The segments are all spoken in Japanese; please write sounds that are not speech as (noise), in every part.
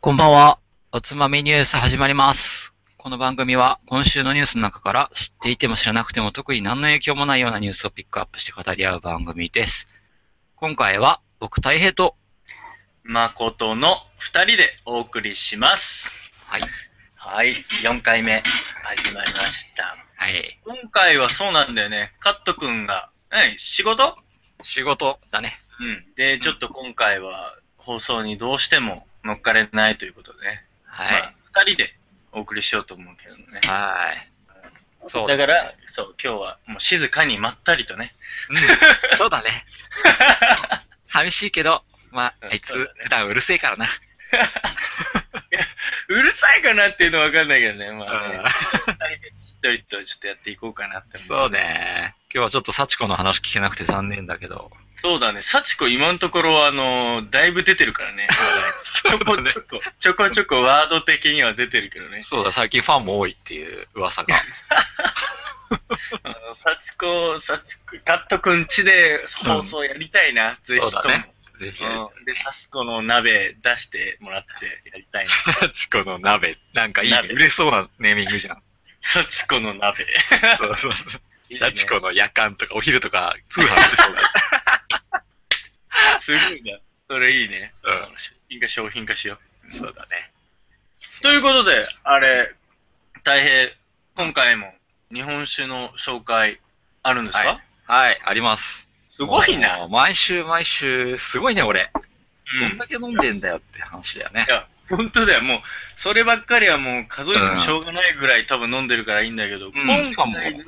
こんばんは。おつまみニュース始まります。この番組は今週のニュースの中から知っていても知らなくても特に何の影響もないようなニュースをピックアップして語り合う番組です。今回は僕大平と、誠の二人でお送りします。はい。はい、4回目始まりました。はい。今回はそうなんだよね、カット君が、何仕事仕事だね。うん。で、ちょっと今回は放送にどうしても乗っかれないということでね、はまい。あ、2人でお送りしようと思うけどね。はい。そうだですねから、そう、今日はもう静かにまったりとね。うんそうだね。 (laughs) 寂しいけど、まあ、あいつ、そうだね普段うるせえからな。うるさいかなっていうのはわかんないけどね、まあねうん。一人とちょっとやっていこうかなって思そう。ね。今日はちょっと幸子の話聞けなくて残念だけど。そうだね、幸子今のところはあのーだいぶ出てるから (laughs) ね。ちそょこちょこ、ちょこちょこワード的には出てるけどね。そうだ、最近ファンも多いっていう噂 (laughs) が。あの幸子、幸子、カットくんちで放送やりたいな、ぜひとも。そうだねぜひやりたいうんで、幸子の鍋出してもらってやりたいな。タチコの鍋。なんかいいね。鍋売れそうなネーミングじゃん。 (laughs) 幸子の鍋。 (laughs) そうそう (laughs) そう。いいねタチコの夜間とかお昼とか通販して (laughs) そうだ。すごいな。それいいね。うんあの商品化商品化しよそうだね。う。ということで、あれ、大変、今回も日本酒の紹介あるんですか、いはい、あります。すごいな。もう。毎週毎週、すごいね、俺。うどんんだけ飲んでんだよって話だよねい。や、本当だよ。もう、そればっかりはもう数えてもしょうがないぐらい多分飲んでるからいいんだけど、今しかも回の、う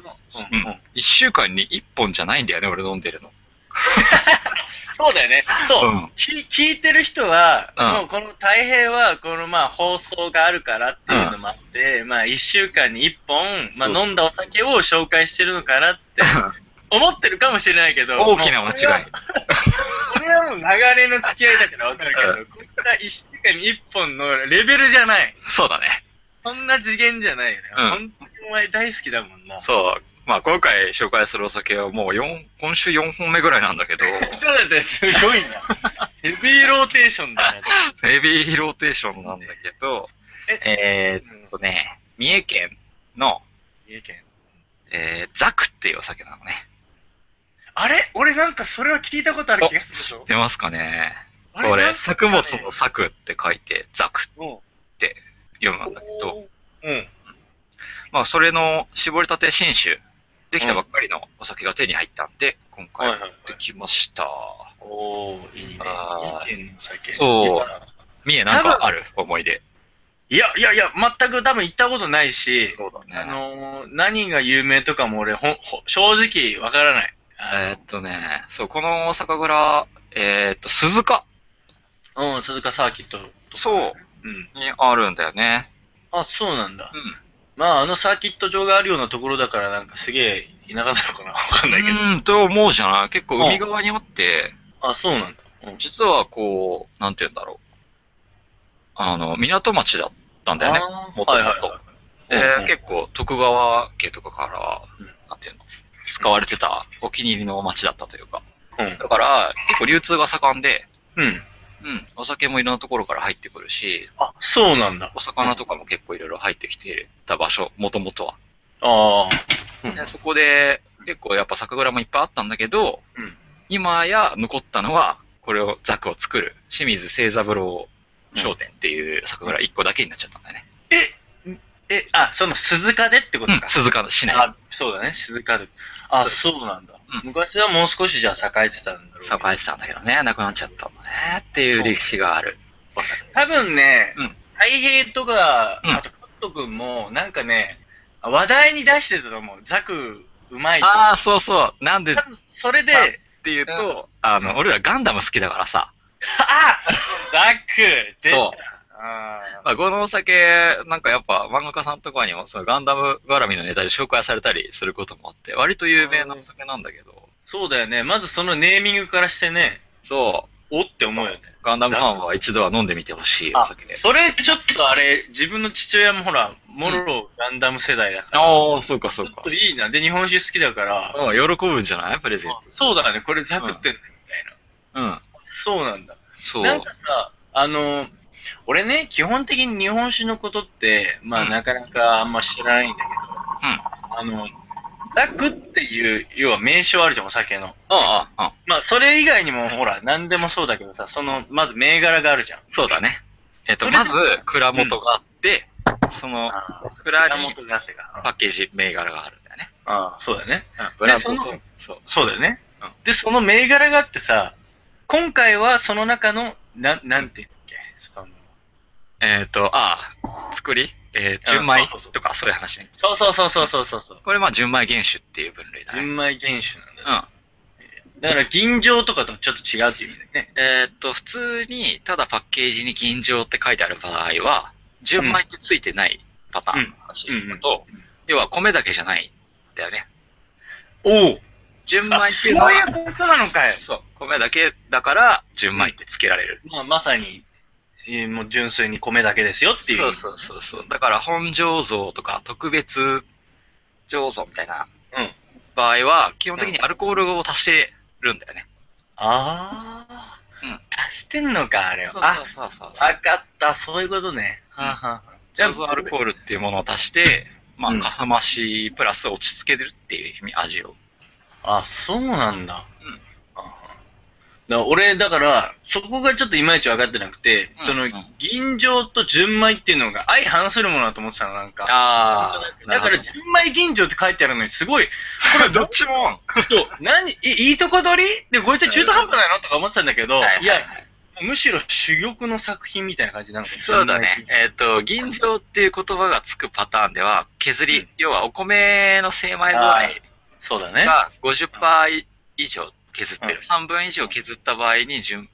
うんん一週間に一本じゃないんだよね、俺飲んでるの。そうだよね。そう。 (laughs) ん。き聞いてる人は、うんもうこの大平は、このまあ放送があるからっていうのもあって、まあ1週間に1本、まあそうそう飲んだお酒を紹介してるのかなって思ってるかもしれないけど、大きな間違い。これはもう流れの付き合いだからわかるけど、こんな1週間に1本のレベルじゃない。そうだね。そんな次元じゃないよね。うん本当にお前大好きだもんな。そう。まあ今回紹介するお酒はもう四今週4本目ぐらいなんだけ (laughs) ど、ちょっと待って、すごい (laughs) な。ヘビーローテーションだな。ヘビーローテーションなんだけど、えーえっとね、三重県の、三重県えーザクっていうお酒なのね。あれ俺なんかそれは聞いたことある気がす知るっぞ。てますかねあこなんれ、か作物の作って書いて、ザクうん読むんだけど、うん。まあそれの絞りたて新酒、できたばっかりのお酒が手に入ったんで、今はい回はいはいできました。おー、いいね。あー三重県の酒。そう三重なん多か分ある思い出。いやいやいや、全く多分行ったことないし、そうだねあのー、何が有名とかも俺、ほんほ正直わからない。えーっとね、そう、この酒蔵、えーっと、鈴鹿あのうん、鈴鹿サーキット。そううん。にあるんだよね。あ、そうなんだう。ん。まあ、あのサーキット場があるようなところだから、なんかすげえ田舎なのかなわかんないけど。うん、と思うじゃない結構海側にあって、あ、そうなんだ。うん実はこう、なんて言うんだろう。あの、港町だったんだよね。あー元々はいはいで、はいうんうん結構徳川家とかから、うんなんていうの、使われてたお気に入りの町だったというか。うん。だから、結構流通が盛んで、うん。うん、お酒もいろんなところから入ってくるし、あ、そうなんだ。お魚とかも結構いろいろ入ってきてた場所、もともとは。ああ。うんでそこで、結構やっぱ酒蔵もいっぱいあったんだけど、うん今や残ったのは、これを、ザクを作る、清水清三郎商店っていう酒蔵1個だけになっちゃったんだよね。え、あ、その鈴鹿でってことうんか。鈴鹿市内。あ、そうだね、鈴鹿で。あ、そうなんだ。うん昔はもう少しじゃあ栄えてたんだろうけど。栄えてたんだけどね、なくなっちゃったんだねっていう歴史がある。多分ねうん、太平とか、うんあとカット君も、なんかね、話題に出してたと思う。ザク、うまいと。ああ、そうそう。なんでっ多分それで、まああていうと、あの、俺らガンダム好きだからさ、ザク出たそうあまあ、このお酒、なんかやっぱ漫画家さんとかにも、そのガンダム絡みのネタで紹介されたりすることもあって、割と有名なお酒なんだけど、ーそうだよね。まずそのネーミングからしてね、そおって思うよね。う、ガンダムファンは一度は飲んでみてほしいおあ酒で。それちょっとあれ、自分の父親もほら、モロロガンダム世代だから、ああ、そうかそうちょかっ。といいな。で、日本酒好きだから、うん、喜ぶんじゃないプレゼント。そうだね、これザクってんだよ、うん。そうなんだ。そう。なんかさ、あの、俺ね、基本的に日本酒のことって、まあ、うんなかなかあんま知らないんだけど、あの、ザクっていう、要は名称あるじゃん、お酒の。ああ、ああ、まあ、それ以外にも、ほら、何でもそうだけどさ、その、まず銘柄があるじゃん。そうだね。えっ、そと、れでまず、蔵元があって、その、蔵蔵に元になってから。パッケージ銘柄があるんだよね。ああ、そうだよね。蔵その元、そう。そうだよね。うんで、その銘柄があってさ、今回はその中の、ななんていうんだっけ、そのえっ、と、ああ、作り、えー、純う米んそうそうそうとかそういう話ね。そうそうそうそうそうそうそう。これまあ純米原酒っていう分類だね。純米原酒なんだうよ、ん。だから、銀醸とかとちょっと違うっていう意味だよね。えーっと、普通に、ただパッケージに吟醸って書いてある場合は、純米ってついてないパターンの話だとうんうんうん、要は米だけじゃないんだよね。おお純米あってそいううのは、いうことなのかよ。そう、米だけだから、純米ってつけられる。まあ、まさに、えーもう純粋に米だけですよっていう。そうそうそうそう。だから、本醸造とか、特別醸造みたいなうん場合は、基本的にアルコールを足してるんだよね。ああ、うん足してんのか、あれは。そうそうそうあ、そう。わかった、そういうことね。うんはあはあはあ醸造アルコールっていうものを足して、まうあ、んかさ増しプラス落ち着けるっていう意味、味を。あ、そうなんだ。うんあはだから俺、だから、そこがちょっといまいち分かってなくて、うんそのうん、銀醸と純米っていうのが相反するものだと思ってたの、なんか。ああ、だから、純米銀醸って書いてあるのに、す (laughs) ごい、これどっちも、何、いいいとこ取りで、こいつ中途半端なのとか思ってたんだけど、いや、むしろ珠玉の作品みたいな感じなのかもそうだね。。えっ、と、吟醸っていう言葉がつくパターンでは、削り、うん要はお米の精米あ具そうだ合ね。が50%以上削ってる。うん半分以上削った場合に純、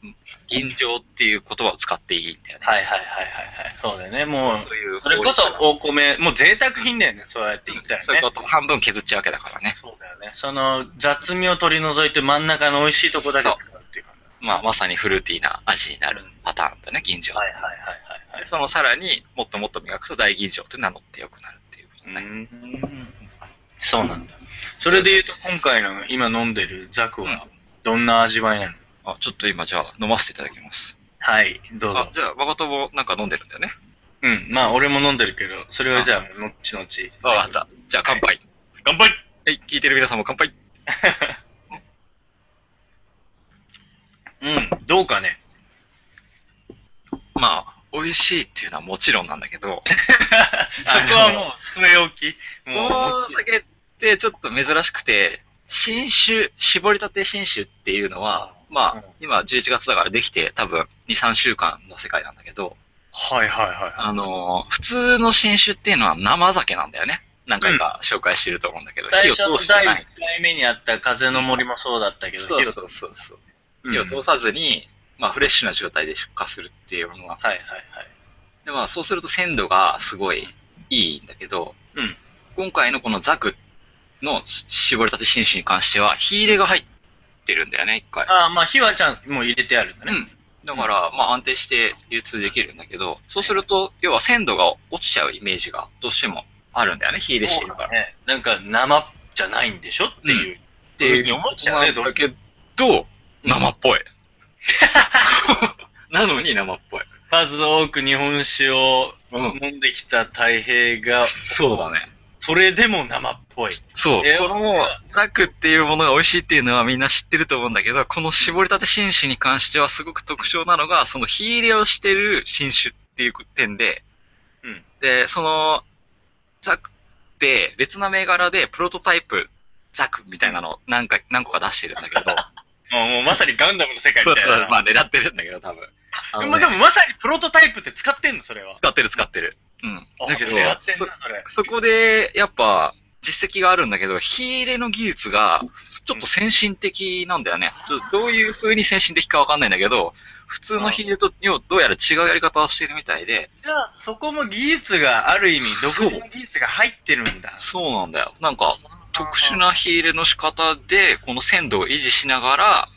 吟醸っていう言葉を使っていいんだよね。はいはいはいはいはい。そうだよね、もう、そういうそれこそうお米、もう贅沢品だよね、そうやって言ったらね。そういうこと、半分削っちゃうわけだからね。そうだよね。その雑味を取り除いて真ん中の美味しいとこだけそう食うっていう感じ。まあ、まさにフルーティーな味になるパターンだね、吟醸。はいはいはいでそのさらにもっともっと磨くと大吟醸って名乗ってよくなるっていうことね。はい。うん。そうなんだ。それで言うと今回の今飲んでるザクはどんな味わいなの、あちょっと今じゃあ飲ませていただきます。はい、どうあぞ。じゃあ誠もなんか飲んでるんだよね。うん。まあ俺も飲んでるけど、それはじゃあ後々。わかった。じゃあ乾杯。乾杯はい、聞いてる皆さんも乾杯。うん、どうかね。まあ、美味しいっていうのはもちろんなんだけど、そこはもう据え置き。こもうの酒ってちょっと珍しくて、新酒、絞りたて新酒っていうのは、まうんあ、今11月だからできて多分2、3週間の世界なんだけど、はいはいはあのー普通の新酒っていうのは生酒なんだよね。何回か紹介してると思うんだけいど、。火最初をの通して第な1い。回目にあった風の森もそうだったけど、そう火をそうそうそう。うん火を通さずに、まあ、フレッシュな状態で出荷するっていうものは、はいはいはい。でまあ、そうすると鮮度がすごいいいんだけど、うん今回のこのザクの絞りたて新酒に関しては、火入れが入ってるんだよね、一回。ああ、まあ、火はちゃん、もう入れてあるんだうね。ん。だから、まあ安定して流通できるんだけど、そうすると、要は鮮度が落ちちゃうイメージがどうしてもあるんだよね、火入れしてるから。っね。なんか、生じゃないんでしょっていう。ていうふうに思っちゃうねなんだけど、生っ (laughs) ぽい。なのに生っぽい。数多く日本酒をうん。飲んできた太平が、そうだね。それでも生っぽい。そう。えーこのザクっていうものが美味しいっていうのはみんな知ってると思うんだけど、この絞りたて新酒に関してはすごく特徴なのが、その火入れをしてる新酒っていう点で、うんで、そのザクって別な銘柄でプロトタイプザクみたいなのを何回何個か出してるんだ (laughs) けど、もうもうまさにガンダムの世界そみうたいそうな、。まあ狙ってるんだけど多分。あのねまあでもまさにプロトタイプって使ってんの、それは。使ってる使ってる。うん。だけど、やってんそな、それ。そこで、やっぱ、実績があるんだけど、火入れの技術が、ちょっと先進的なんだよね。ちょっとどういう風に先進的かわかんないんだけど、普通の火入れと、要はどうやら違うやり方をしてるみたいで、じゃあ、そこも技術がある意味、そう独自の技術が入ってるんだ。そうなんだよ。なんか、特殊な火入れの仕方で、この鮮度を維持しながら、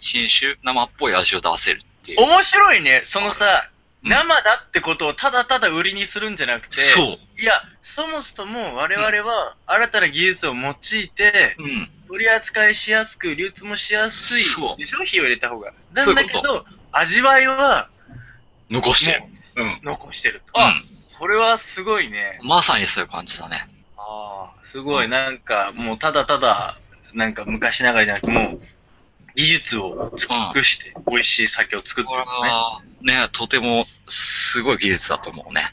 新酒、生っぽい味を出せるっていう。面白いね、そのさ、うん生だってことをただただ売りにするんじゃなくて、そう。いや、そもそも我々は新たな技術を用いて、うん。取り扱いしやすく、流通もしやすいそうでしょ、火を入れた方が。そうないうんことだけど、味わいは残してる。うん。残してると。うあ、ん。それはすごいね。まさにそういう感じだね。ああ、すごい、なんか、もうただただ、なんか昔ながらじゃなくて、もう、技術を尽くして、美味しい酒を作ってこるれのね。は、ね、とてもすごい技術だと思うね。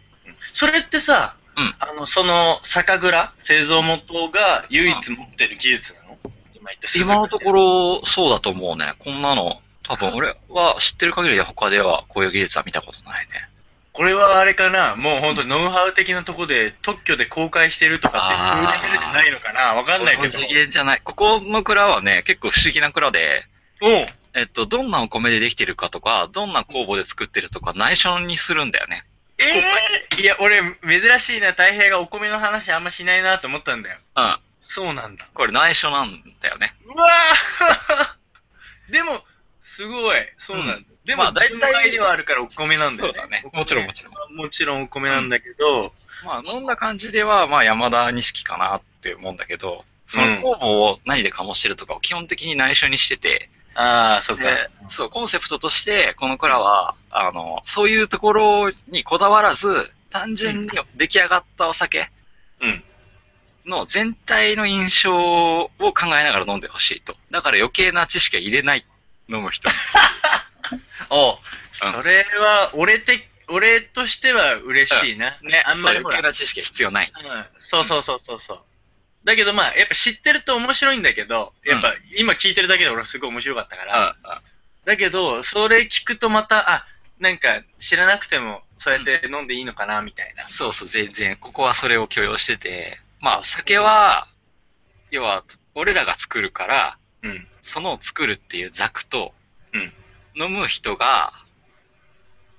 それってさ、うんあの、その、酒蔵、製造元が唯一持ってる技術なの今言った今のところ。ろ、そうだと思うね。こんなの、多分俺は知ってる限りで他ではこういう技術は見たことないね。これはあれかな、もう本当ノウハウ的なとこで特許で公開してるとかって、そういうレベルじゃないのかなわかんないけど。これも次元じゃない。ここの蔵はね、結構不思議な蔵で、うん。えっと、どんなお米でできてるかとか、どんな酵母で作ってるとか、内緒にするんだよね。えーいや、俺、珍しいな、太平がお米の話あんましないなと思ったんだよ。うん。そうなんだ。これ内緒なんだよね。うわー (laughs) でも、すごい。そうなんだ。うでまも、あ大大体体ではあるからお米なんだよね。そうだねお。米もちろんもちろん。もちろんお米なんだけど、まあ飲んだ感じでは、まあ山田錦かなって思うんだけど、そのうん酵母を何で醸してるとかを基本的に内緒にしてて、ああ、そっか。でそう、コンセプトとして、この蔵は、あの、そういうところにこだわらず、単純に出来上がったお酒うん。の全体の印象を考えながら飲んでほしいと。だから余計な知識は入れない、飲む人。 (laughs) おうそれは、俺て、俺としては嬉しいな。ね、あんまりそうほ余ら計な知識は必要ない。うんそうそうそうそうそう。だけどまあ、やっぱ知ってると面白いんだけど、やっぱ今聞いてるだけで俺はすごい面白かったかうら、だけど、それ聞くとまた、あ、なんか知らなくてもそうやって飲んでいいのかな、みたいな。そうそう、全然。ここはそれを許容してて、まあ、酒は、要は、俺らが作るから、うん。その作るっていうザクと、うん飲む人が、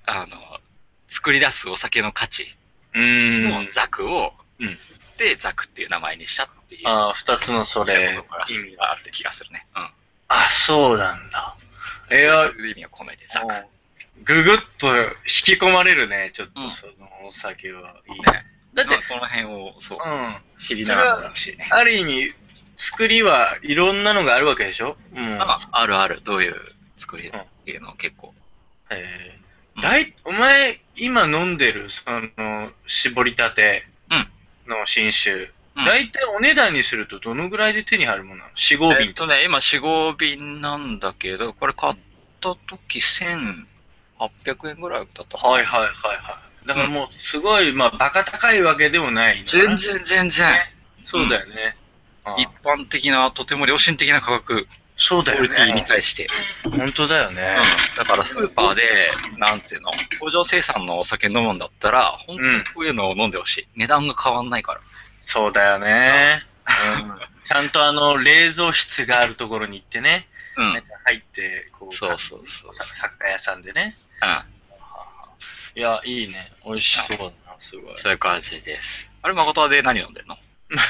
あの、作り出すお酒の価値うーのん。ザクを、うんで、ザクっていう名前にしたっていう、ああ、二つのそれところから、意意味味が。がある気がするね。うん。あ、そうなんだ。えやそう、いう意味を込めてザク。ね。ぐぐっと引き込まれるね、ちょっうとんそのお酒は。いいだだっってて、、この辺を、そう、うん。知りながら飲んでほしいね。ある意味、作りはいろんなのがあるわけでしょもう。まあ、あるある、どういう作りっていうのを結構。えーだい、お前、今飲んでる、その、絞りたての新酒、うんだいたいお値段にするとどのぐらいで手に入るものなの ?4、5えっ瓶と。とね、今4、5瓶なんだけど、これ買った時1800円ぐらいだったかな。はいはいはいはい。だからもう、すごい、まあ、バカ高いわけでもない。全。然全然、ねそうだよね。あ一般的な、とても良心的な価格、そうクだオよリティにね。対して。本当だよね。うんだからスーパーで、なんていうの、工場生産のお酒飲むんだったら、本当にこういうのを飲んでほしい。値段が変わんないから。そうだよね。うんちゃんとあの、冷蔵室があるところに行ってね、うなんん。か入って、こう、そうそうそう。さ作家屋さんでね。うん。いや、いいね。美味しそうだな、すごい。そういう感じです。あれ、誠はで何飲んでんの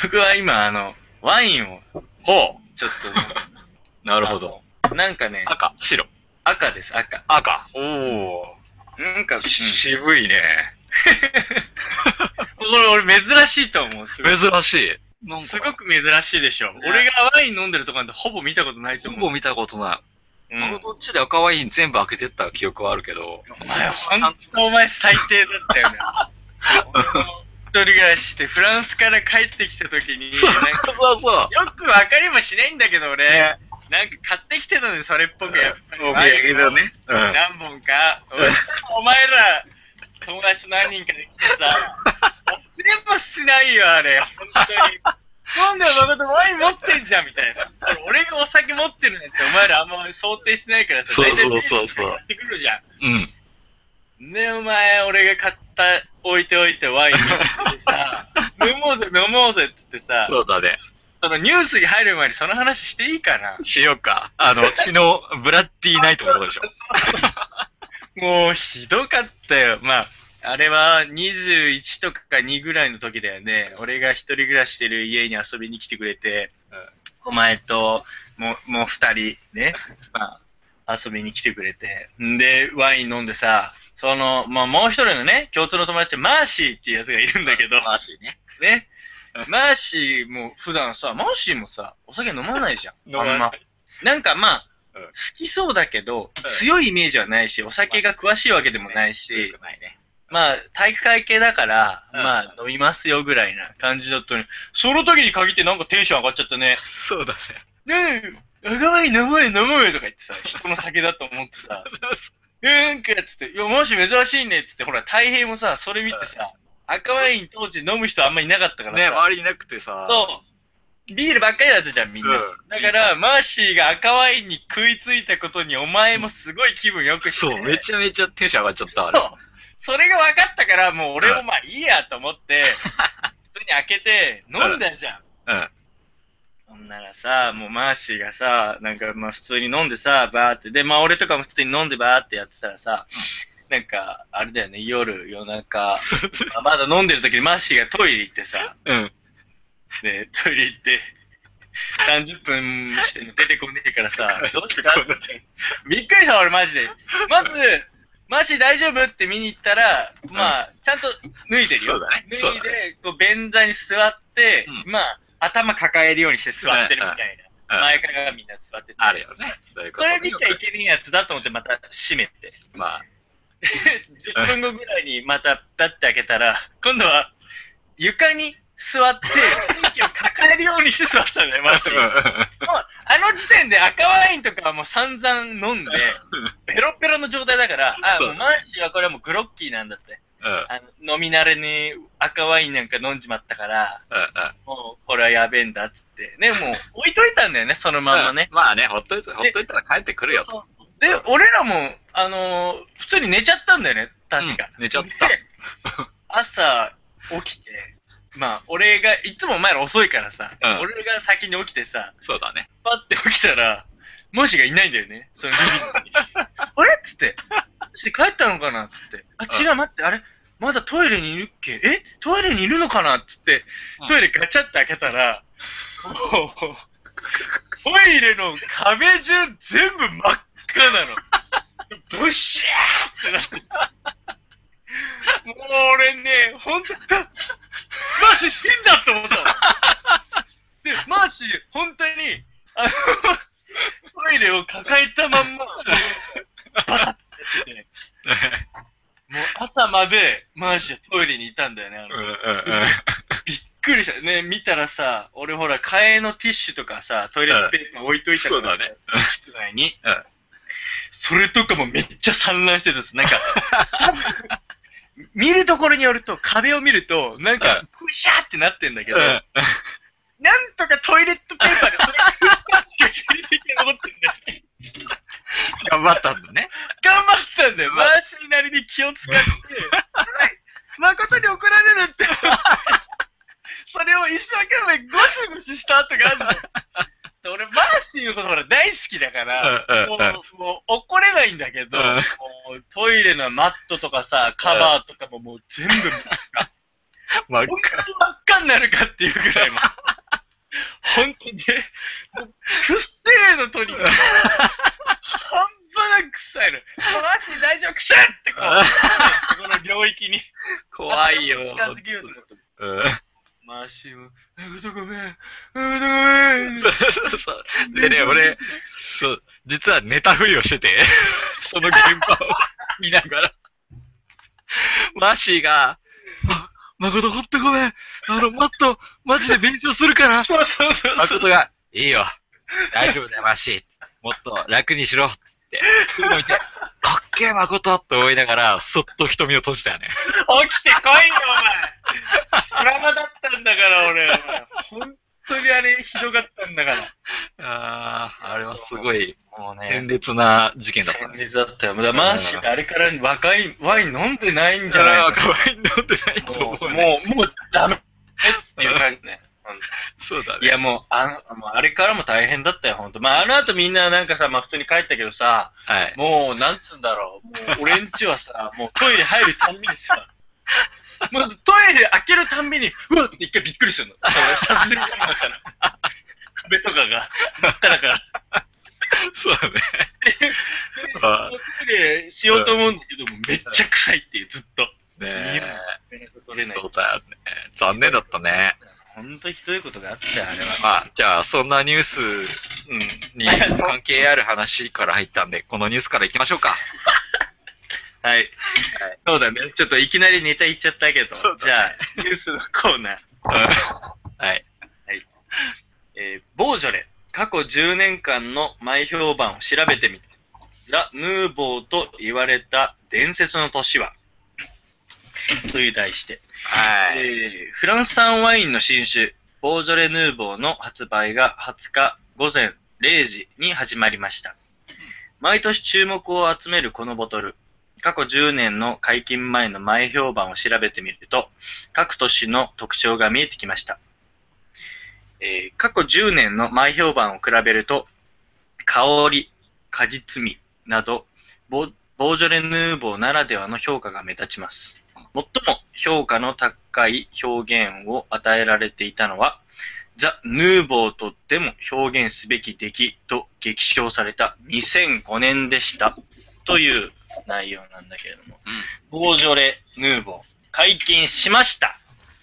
僕は今、あの、ワインを、ほうちょっなるほど。 (laughs) と、なんかね、赤、白、赤です、赤。赤。おー。なんか、うん、こ渋いね。れ俺珍しいと思う、すごい。珍しい。なんかすごく珍しいでしょ。俺がワイン飲んでるとこなんてほぼ見たことないとほ思ぼう。見たことなうい。ん俺こっちで赤ワイン全部開けてった記憶はあるけど。お前、ほんとお前最低だった (laughs) よね。一人暮らしして、フランスから帰ってきた時に、そうなんかそうそうそう。よくわかりもしないんだけど、俺。なんか買ってきてたのに、それっぽくやっぱり。お土産だね。うん。何本か。お前ら、友達と何人かで来てさ、忘れもしないよ、あれ。本当に。なんでお前とワイン持ってんじゃんみたいな。俺がお酒持ってるなんてお前らあんま想定しないからさ、そうそうそうそう大体ビールとか買ってくるじゃん。うん。ねお前、俺が買った、置いておいてワイン持っててさ、飲もうぜ、飲もうぜって言ってさ、そうだね。そのニュースに入る前にその話していいかなしようか。あの、血のブラッディナイトのことでしょ。もうひどかったよ。まあ、あれは21とか2ぐらいの時だよね。俺が一人暮らししてる家に遊びに来てくれて、お前ともうもう二人 (laughs) ね、まあ、遊びに来てくれて。んで、ワイン飲んでさ、その、まあ、もう一人のね、共通の友達、マーシーっていうやつがいるんだけど、マーシーね。ね。マーシーも普段さ、マーシーもさ、お酒飲まないじゃん。飲まあんまない。なんかまあ、うん好きそうだけど、ん強いイメージはないし、お酒が詳しいわけでもないし、強くないね。まあ、体育会系だから、うんまあ、飲みますよぐらいな感じだったのに、その時に限ってなんかテンション上がっちゃったね。そうだね。ねえ、赤ワイン飲もうよ、飲もうよとか言ってさ、人の酒だと思っ (laughs) てさ、うんかっつって、いや、もし珍しいねっつって、ほら、太平もさ、それ見てさ、赤ワイン当時飲む人あんまいなかったからね、さ、周りになくてさ。そう、ビールばっかりだったじゃん、みんな。うんだから、マーシーが赤ワインに食いついたことに、お前もすごい気分よくして、そう、めちゃめちゃテンション上がっちゃった、あそれう。それが分かったから、もう俺もまあいいやと (laughs) 思って、普通に開けて飲んだじゃん。うん。ほんならさ、もうマーシーがさ、なんかまあ普通に飲んでさ、バーって、で、まあ俺とかも普通に飲んでバーってやってたらさ、なんか、あれだよね、夜、夜中、まあまだ飲んでる時にマーシーがトイレ行ってさ、うん。で、トイレ行って、30分しても出てこねえからさ、どうした出てこってびっくりした、俺マジで。まず、マシ大丈夫って見に行ったら、まあ、ちゃんと脱いでるよ。そうだね脱いそうだで、こう、便座に座って、うまあ、頭抱えるようにして座ってるみたいな。うん前からがみんな座ってて。あるよね。そういうことそねれ見ちゃいけねえやつだと思ってまた閉めて。まあ、 10分後ぐらいにまたパッて開けたら、今度は床に (laughs) 座って、息を抱えるようにして座ってたんだよ、マジ。もう、あの時点で赤ワインとかはもう散々飲 (laughs) んで、ペロペロの状態だから、あ、もうマーシーはこれはもうグロッキーなんだって。うん。うん。あの飲み慣れに赤ワインなんか飲んじまったから、もうこれはやべえんだっつって。ね、もう置いといた (laughs) んだよね、そのまんまね。まあね、ほっといたほっといたら帰ってくるよと。そうそうで、俺らも、あのー普通に寝ちゃったんだよね、確か。うん寝ちゃったで。朝起きて、まあ、俺が、いつもお前ら遅いからさ、うん俺が先に起きてさ、そうだね。パッて起きたら、マーシーがいないんだよね、そのリ (laughs) ビングに。あれっつって、マーシー帰ったのかなっつって、あ、違う、待って、あれまだトイレにいるっけえトイレにいるのかなっつってうん、トイレガチャって開けたら、もうトイレの壁中全部真っ赤なの。ブッシャーってなって。もう俺ね、ほんと、あマーシー死んだって思ったの。で、マーシー、本当に、あの、トイレを抱えたまんま、バタッてやってて、もう朝までマーシーはトイレにいたんだよね。あうのんうんうん。びっくりした。ね、見たらさ、俺ほら、替えのティッシュとかさ、トイレットペーパー置いといたからさ、そうだね室内に。うんそれとかもめっちゃ散乱してたんです。なんか、 (laughs) 見るところによると、壁を見ると、なんうかん、ふしゃーってなってんだけど、うんなんとかトイレットペーパーでそれがギリギリ残ってんだよ。頑張ったんだね。頑張ったんだよ。マーシーなりに気を (laughs) 使って、誠に怒られる (laughs) って。それを一生懸命ゴシゴシした後があるの。で (laughs) 俺、マーシーのことほら大好きだかうら、んもうんうん。うもう怒れないんだけど、うんもうトイレのマットとかさ、カバーとかももう全部まあ、本当に真っ赤になるかっていうぐら (laughs) いもう本当にねもうくっせえのとにかく半端なく臭いのマジ大丈夫臭いってこうこの領域に怖いよ。近づけようと思っうたん。マーシーも「えうどごめんうどごめん」そうそうそう。でね、俺、そう、実は寝たふりをして (laughs) て、その現場を見ながら、マーシーが、あ誠ほんとごめん、あの、マット、マジで勉強するから、そうそうそうそう誠が、いいよ、大丈夫だよ、マーシー。もっと楽にしろ、って。そういうの見て、かっけえ誠って思いながら、そっと瞳を閉じたよね。起きてこいよお (laughs) 前ドラマだったんだから俺お前本当にあれひどかったんだからああ、あれはすごい、もう鮮烈な事件だった先ね。日だったよ。だからマーシーがあれから若いワイン飲んでないんじゃあないあ、かわいい飲んでないとの思もう、うね。もう、もうダメっていう感じね。そうだいね。やもうあの、もうあれからも大変だったよ、ほんと。まあ、あの後みんななんかさ、まあ普通に帰ったけどさ、はい。もう、なんつうんだろう。もう、俺んちはさ、 (laughs) もうトイレ入るたんびにさ、まずトイレ開けるたんびに、うわって一回びっくりするの。久しぶりだったら。壁とかが、真っ赤だから。そうだね。 (laughs) トイレしようと思うんだけど、もうめっちゃ臭いっていう、ずっと。ねいいよえ。連絡取れないそ。うだよね。残念だったね。ほんとひどいことがあったよ、あれは。まあ、じゃあ、そんなニュースに関係ある話から入ったんで、このニュースからいきましょう (laughs) か。はい。そうだね。ちょっといきなりネタ言っちゃったけど、そうだねじゃあ、ニュースのコーナー。はい。えーボージョレ、過去10年間の前評判を調べてみた。ザ・ヌーボーと言われた伝説の年はという題して、はい。えーフランス産ワインの新酒、ボージョレ・ヌーボーの発売が20日午前0時に始まりました。毎年注目を集めるこのボトル、過去10年の解禁前の前評判を調べてみると、各都市の特徴が見えてきました。えー過去10年の前評判を比べると、香り、果実味など、ボボージョレ・ヌーボーならではの評価が目立ちます。最も評価の高い表現を与えられていたのは、ザ・ヌーボーとでも表現すべき出来と激賞された2005年でしたという内容なんだけれども、ボージョレ・ヌーボー解禁しました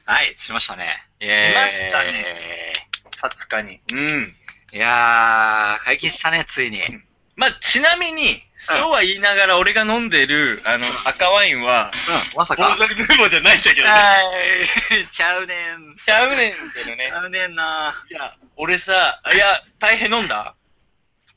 はい、しましたね。しましたね。20日に。うん。いやー、解禁したね、ついに。まあ、ちなみに、そうは言いながら俺が飲んでる、あの、赤ワインは、まさボーかジ。ョレ・ヌーボーじゃないんだけどね。はい、 (laughs) ちゃうねん。ちゃうねんけどちね。ゃうねんな。いや、俺さ、いや、大変飲んだ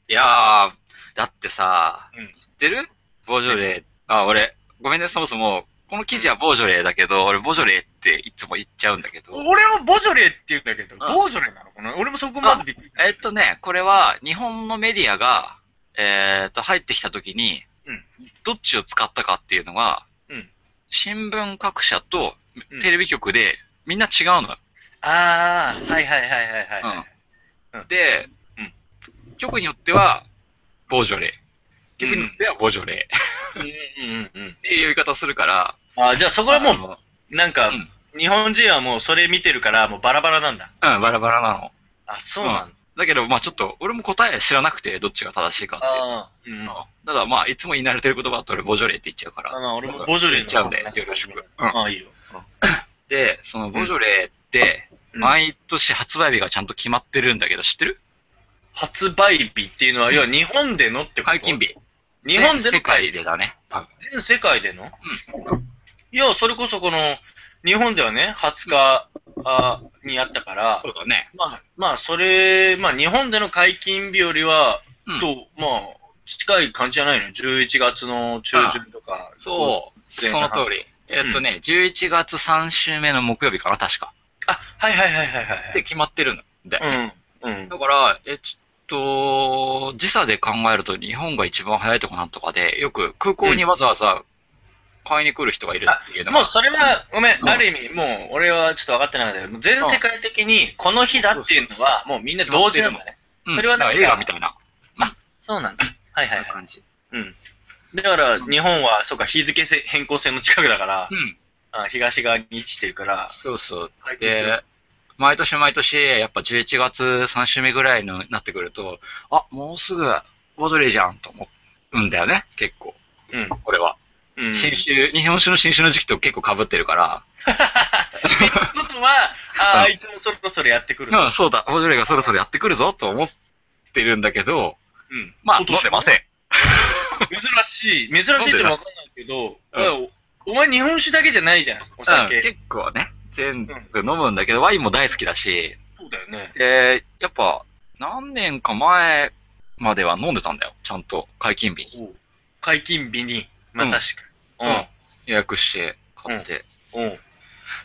いやー、だってさ、うん知ってるボージョレー。あ、俺、ごめんね、そもそも、この記事はボージョレーだけど、俺ボージョレーっていつも言っちゃうんだけど。俺もボジョレーって言うんだけど、あボージョレーなのかな俺もそこまずびっくり。えっとね、これは日本のメディアが、えっと、入ってきた時に、うんどっちを使ったかっていうのが、うん新聞各社とうんテレビ局でみんな違うのよ。ああ、はいはいはいはいはい。うんで、うん局によっては、ボージョレー。局によってはボージョレー。うんうんうん。っていう言い方するから、あーじゃあそここはもう、なんか、うん日本人はもうそれ見てるから、もうバラバラなんだ。うん、バラバラなの。あ、そうなんだ。だけど、まあちょっと、俺も答え知らなくて、どっちが正しいかっていう。あーうん。まただ、まあいつも言い慣れてる言葉だと俺、ボジョレーって言っちゃうから。あまあ俺もボジョレー言っちゃうんで、よろしく。うんああ、いいよ。で、そのボジョレーって、うん毎年発売日がちゃんと決まってるんだけど、知ってる発売日っていうのは、要は日本でのってこと解禁。日。日本で全の世界でだね。多分全世界での、いや、それこそこの、日本ではね、20日あにあったから、そうだね。まあ、まあ、それ、まあ、日本での解禁日よりは、うんと、まあ、近い感じじゃないの ?11 月の中旬とか。そう、前その半通り。えっとね、11月3週目の木曜日かな、確か。あ、はいはいはいはいはで、い。決まってるんだよね。うん。うん。だから、え、ちょっと、時差で考えると日本が一番早いとこなんとかで、よく空港にわざわざ買いに来る人がいるっていうのもうが、それは、ごめうんん、ある意味、もう俺はちょっと分かってなかったけど、もう全世界的にこの日だっていうのは、もうみんな同時なんだね。うんそれはなんか映画みたいな。そうなんだ。はいはいそうはいう感い。じ。うん。だから、日本は、そうか、日付せ変更線の近くだから、うん。あ東側に位置してるから、そうそう。解禁するで、毎年毎年、やっぱ11月3週目ぐらいになってくると、あ、もうすぐ、ボジョレーじゃんと思うんだよね、結構。うん。これは。うん。新酒、日本酒の新酒の時期と結構被ってるから、ことは、うあんあ、あいつもそろそろやってくる。うん、そうだ、ボジョレーがそろそろやってくるぞと思ってるんだけど、うんまあ、今飲年んでません。珍しい。珍しいってもわかんないけど、なんでだおいおお前日本酒だけじゃないじゃん、お酒。うん結構ね、全部飲むんだけど、ワインも大好きだし、そうだよね。で、やっぱ、何年か前までは飲んでたんだよ、ちゃんと解禁日に解禁日に、まさしく。うんうん。予約して買って。うん。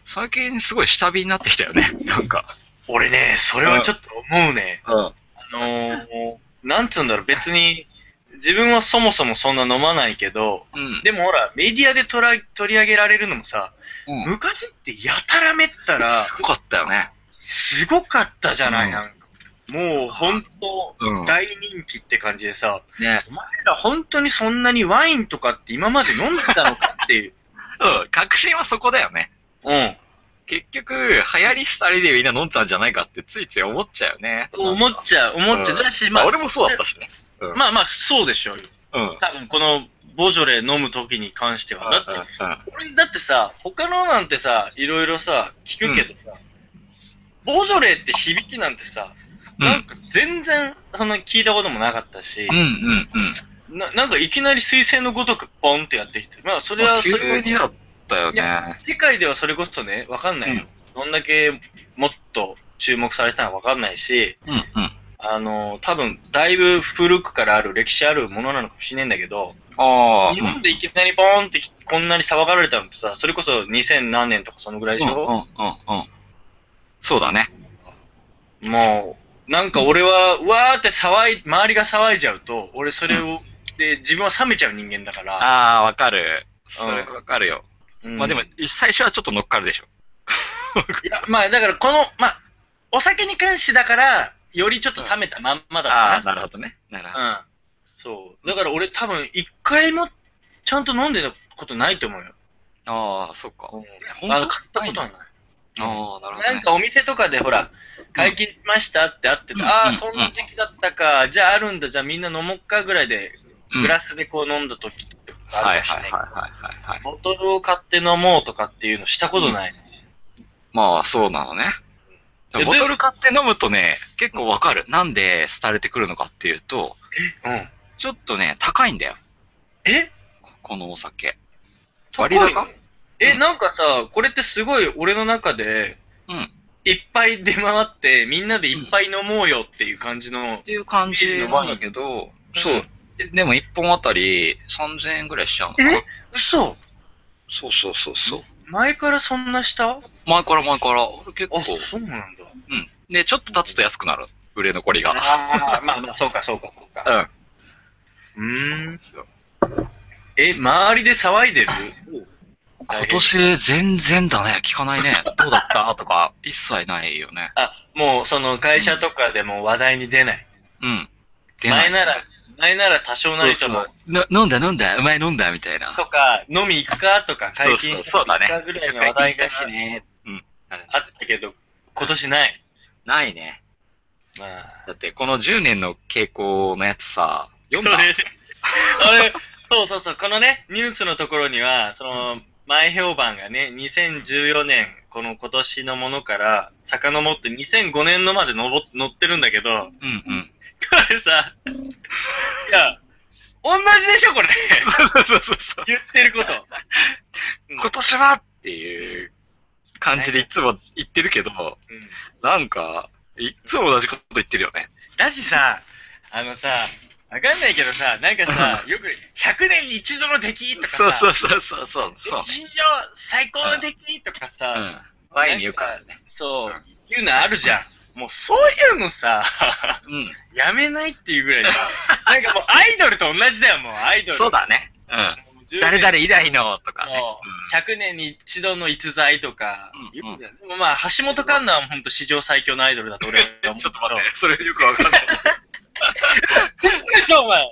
最近すごい下火になってきたよね、 (laughs) なんか。俺ね、それはちょっと思うね。うん。あのー、なんつうんだろう、別に、自分はそもそもそんな飲まないけど、うん。でもほら、メディアで取ら取り上げられるのもさ、うん昔ってやたらめったら、 (laughs) すごかったよね。すごかったじゃない、うんなんか。もう、本当うん。大人気って感じでさ、ね。お前ら本当にそんなにワインとかって今まで飲んでたのかっていう。 (laughs) うん。確信はそこだよね。うん。結局、流行り廃りでみんな飲んでたんじゃないかってついつい思っちゃうよね。思っちゃう、思っちゃう。うんだし、ままあ、あ、俺もそうだったしね。うんまあまあ、そうでしょうよ。うん。多分、このボジョレ飲む時に関しては。だって、う俺だってさ、他のなんてさ、いろいろさ、聞くけどさ、ボジョレーって響きなんてさ、うなんん。か全然そんな聞いたこともなかったしうん、うんななんかいきなり彗星のごとくポンってやってきて、まあそれうはん。それ急はにだったよいね。世界ではそれこそね、わかんないよ。どんだけもっと注目されたのかわかんないし、うんうん。あの、多分だいぶ古くからある歴史あるものなのかもしれないんだけど、ああ。日本でいきなりポーンってきこんなに騒がれたのってさ、それこそ2000何年とかそのぐらいでしうんうんょ、うんうん。そうだね。もう、なんか俺は、うわーって騒い、周りが騒いじゃうと、俺それを、で、自分は冷めちゃう人間だから、ああ、わかる。それわかるよ。うんまあでも、最初はちょっと乗っかるでしょ。いや、まあだからこの、まあ、お酒に関してだから、よりちょっと冷めたまんまだったあなあ、なるほどね。なるほど。うん。そう。だから俺多分一回もちゃんと飲んでたことないと思うよ。ああ、そっか。うん。あの買ったことはない。ああ、なるほどなんね。かお店とかでほら、解禁しましたってあってた、うんあうあ、んそんな時期だったか、じゃああるんだ、じゃあみんな飲もっかぐらいで、うんグラスでこう飲んだ時とかあはいるかはいはいもしれない。はいはい。ボトルを買って飲もうとかっていうのしたことない。まあ、そうなのね。いやボトル買って飲むとね、結構わかる。なんで廃れてくるのかっていうと、うん。ちょっとね、高いんだよ。えこのお酒。割高い割え、うんなんかさ、これってすごい俺の中で、うん。いっぱい出回って、みんなでいっぱい飲もうよっていう感じのっていう感じなんだけど、そう。でも1本あたり3000円ぐらいしちゃうのかなえ嘘そうそうそうそう。前からそんなした前から前から、俺結構あ、。そうなんだ。うん。で、ちょっと経つと安くなる。売れ残りが。ああ、まあまあ、そうか、そうか、そううか。ん。うそうなんんで。すよえ、周りで騒いでる今年全然だね。聞かないね。どうだったとか、一切ないよね。あ、もう、その会社とかでも話題に出ない。うん。出前なら、前なら多少なりとも、な飲んだ飲んだ、うまい飲んだみたいな。とか、飲み行くかとか、解禁したそうそうそうだね行くかぐらいの話題が解禁したしねあったけど、今年ない。ないね。まあ。だって、この10年の傾向のやつさ、読んだそれあれ、そうそうそう、このね、ニュースのところには、その、前評判がね、2014年、この今年のものから、遡って2005年のまでのぼ載ってるんだけど、うん (laughs) うん。これさ、いや、同じでし (laughs) ょ、これ。そうそうそうそう。言ってること。今年はっていう感じでいつも言ってるけど、うんなんか、いつも同じこと言ってるよね。だしさ、あのさ、わかんないけどさ、なんか (laughs) さ、よく、100年に一度の出来とかさ、そうそうそうそうそう。そう歴史上最高の出来とかさ、うん。前に言うからね。そううん、いうのあるじゃん。もうそういうのさ、 (laughs) うん。やめないっていうぐら (laughs) いさ、なんかもうアイドルと同じだよ、もうアイドル。そうだね。うん。もう10年誰々以来のとかね。そう100年に一度の逸材とか、うんよくねでもまあ、橋本環奈は本当史上最強のアイドルだと俺はう思んう。 (laughs) ちょっと待って、それよくわかんない。 (laughs) 嘘でしょ、お前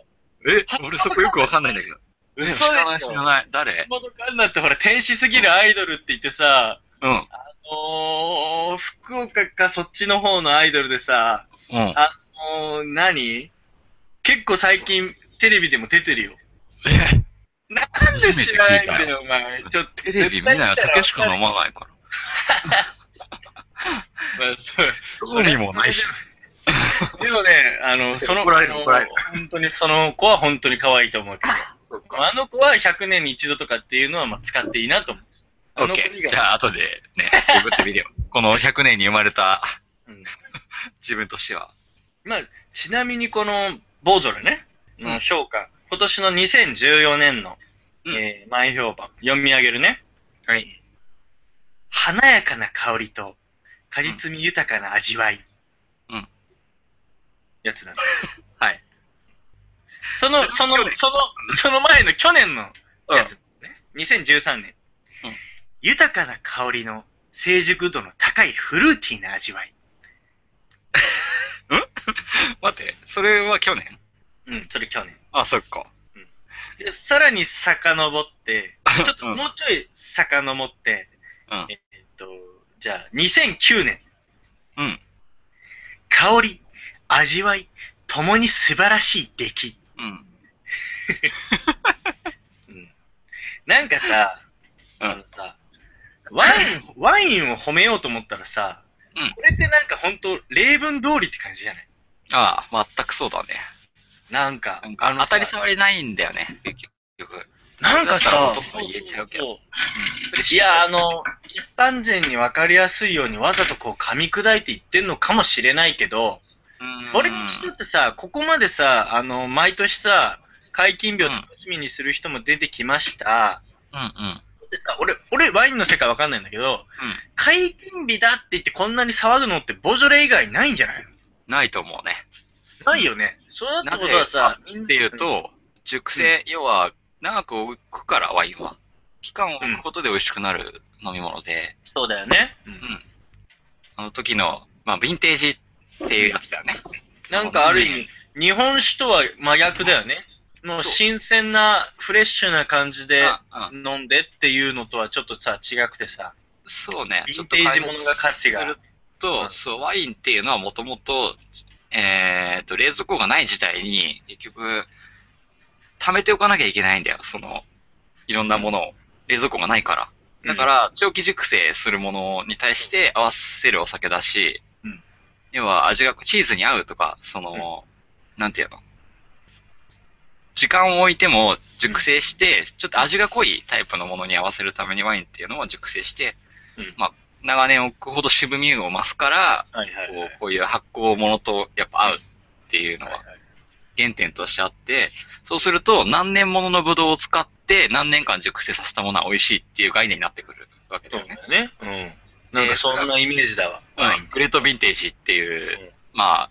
え、俺そこよくわか (laughs) んないんだけど。嘘でし知らない知ょらない。誰橋本環奈ってほら、天使すぎるアイドルって言ってさ、うん。あのー福岡かそっちの方のアイドルでさ、うん。もう何結構最近テレビでも出てるよ。えなんで知らないんだよ、お前。ちょっと。テレビ見ないよ、酒しか飲まないから。まあそう興味もないし。でもね、あの、その、怒られる怒られるあの本当にその子は本当に可愛いと思うけそっど、。あの子は100年に一度とかっていうのはまあ使っていいなと思う。オあのッケ子以ー。外じゃあ、後でね、ググって (laughs) みるよ。この100年に生まれたうん自分としては。まあ、ちなみにこの、ボージョレね、うんの評価、今年の2014年の、うんえー前評判、読み上げるね。はい。華やかな香りと果実味豊かな味わい。うん。やつなんです。 (laughs) はい。その、そそのれ、その、その前の去年のうんやつ、ね。2013年、うん豊かな香りの成熟度の高いフルーティーな味わい。待って、それは去年うん、それ去年。あ、そっか。で、さらに (laughs) 遡って、ちょっとうんもうちょい遡って、うんえっと、じゃあ、2009年。うん。香り、味わい、ともに素晴らしい出来。うん。うんなんかさ、うん (laughs) あのさ、ワイン、ワインを褒めようと思ったらさ、これってなんか本当例文通りって感じじゃないああ、全くそうだね。なんか、なんあかの当さたり障りないんだよね、結局。なんかさだったら、男も言えちゃうけどそうそうそういや、あの、一般人に分かりやすいようにわざとこう噛み砕いて言ってんのかもしれないけど、俺の人ってさ、ここまでさ、あの、毎年さ、解禁日を楽しみにする人も出てきました。うんうん。でさ俺、俺、ワインの世界わかんないんだけど、解禁日だって言ってこんなに騒ぐのってボジョレ以外ないんじゃないのないと思うね。ないよね。そうなったことはさ、みんなっていう、と、熟成、要は、長く置くから、ワインは。期間を置くことで美味しくなる飲み物で、そうだよね。うんあの時の、まあ、ヴィンテージっていうやつだよね。なんかある意味、日本酒とは真逆だよね。もうそう新鮮な、フレッシュな感じであうん飲んでっていうのとはちょっとさ、違くてさ。そうね。ヴィンテージものが価値がちょっと解説すると、そう、ワインっていうのはもともと、えー、と、冷蔵庫がない時代に、結局、貯めておかなきゃいけないんだよ。その、いろんなものを。冷蔵庫がないから。だか、ら、長期熟成するものに対して合わせるお酒だし、うん要は味がチーズに合うとか、その、なんていうの時間を置いても熟成して、ちょっと味が濃いタイプのものに合わせるためにワインっていうのは熟成して、うんまあ、長年置くほど渋みを増すから、はいはこいはうい。こういう発酵ものとやっぱ合うっていうのは原点としてあって、そうすると何年もののブドウを使って何年間熟成させたものは美味しいっていう概念になってくるわけだそうよね。だよね。うん。なんかそんなイメージだわ。うん、グレートヴィンテージっていう、うんまあ、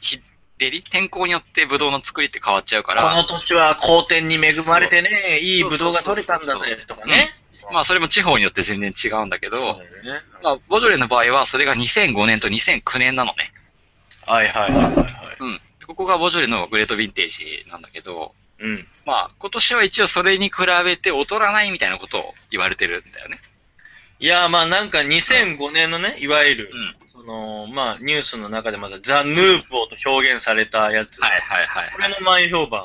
日照り天候によってブドウの作りって変わっちゃうかこのら、年は好天に恵まれてね、いいブドウが取れたんだそうそうそうぜとかね。まあそれも地方によって全然違うんだけそうど、だよね。まあ、ボジョレの場合はそれが2005年と2009年なのね。はいはいはいはいはい。うん。ここがボジョレのグレートヴィンテージなんだけど、うん。まあ今年は一応それに比べて劣らないみたいなことを言われてるんだよね。いや、まあなんか2005年のね、いわゆる、うん。その、まあニュースの中でまだザ・ヌーボーと表現されたやつ。はいはいはいこはれい。の前評う判、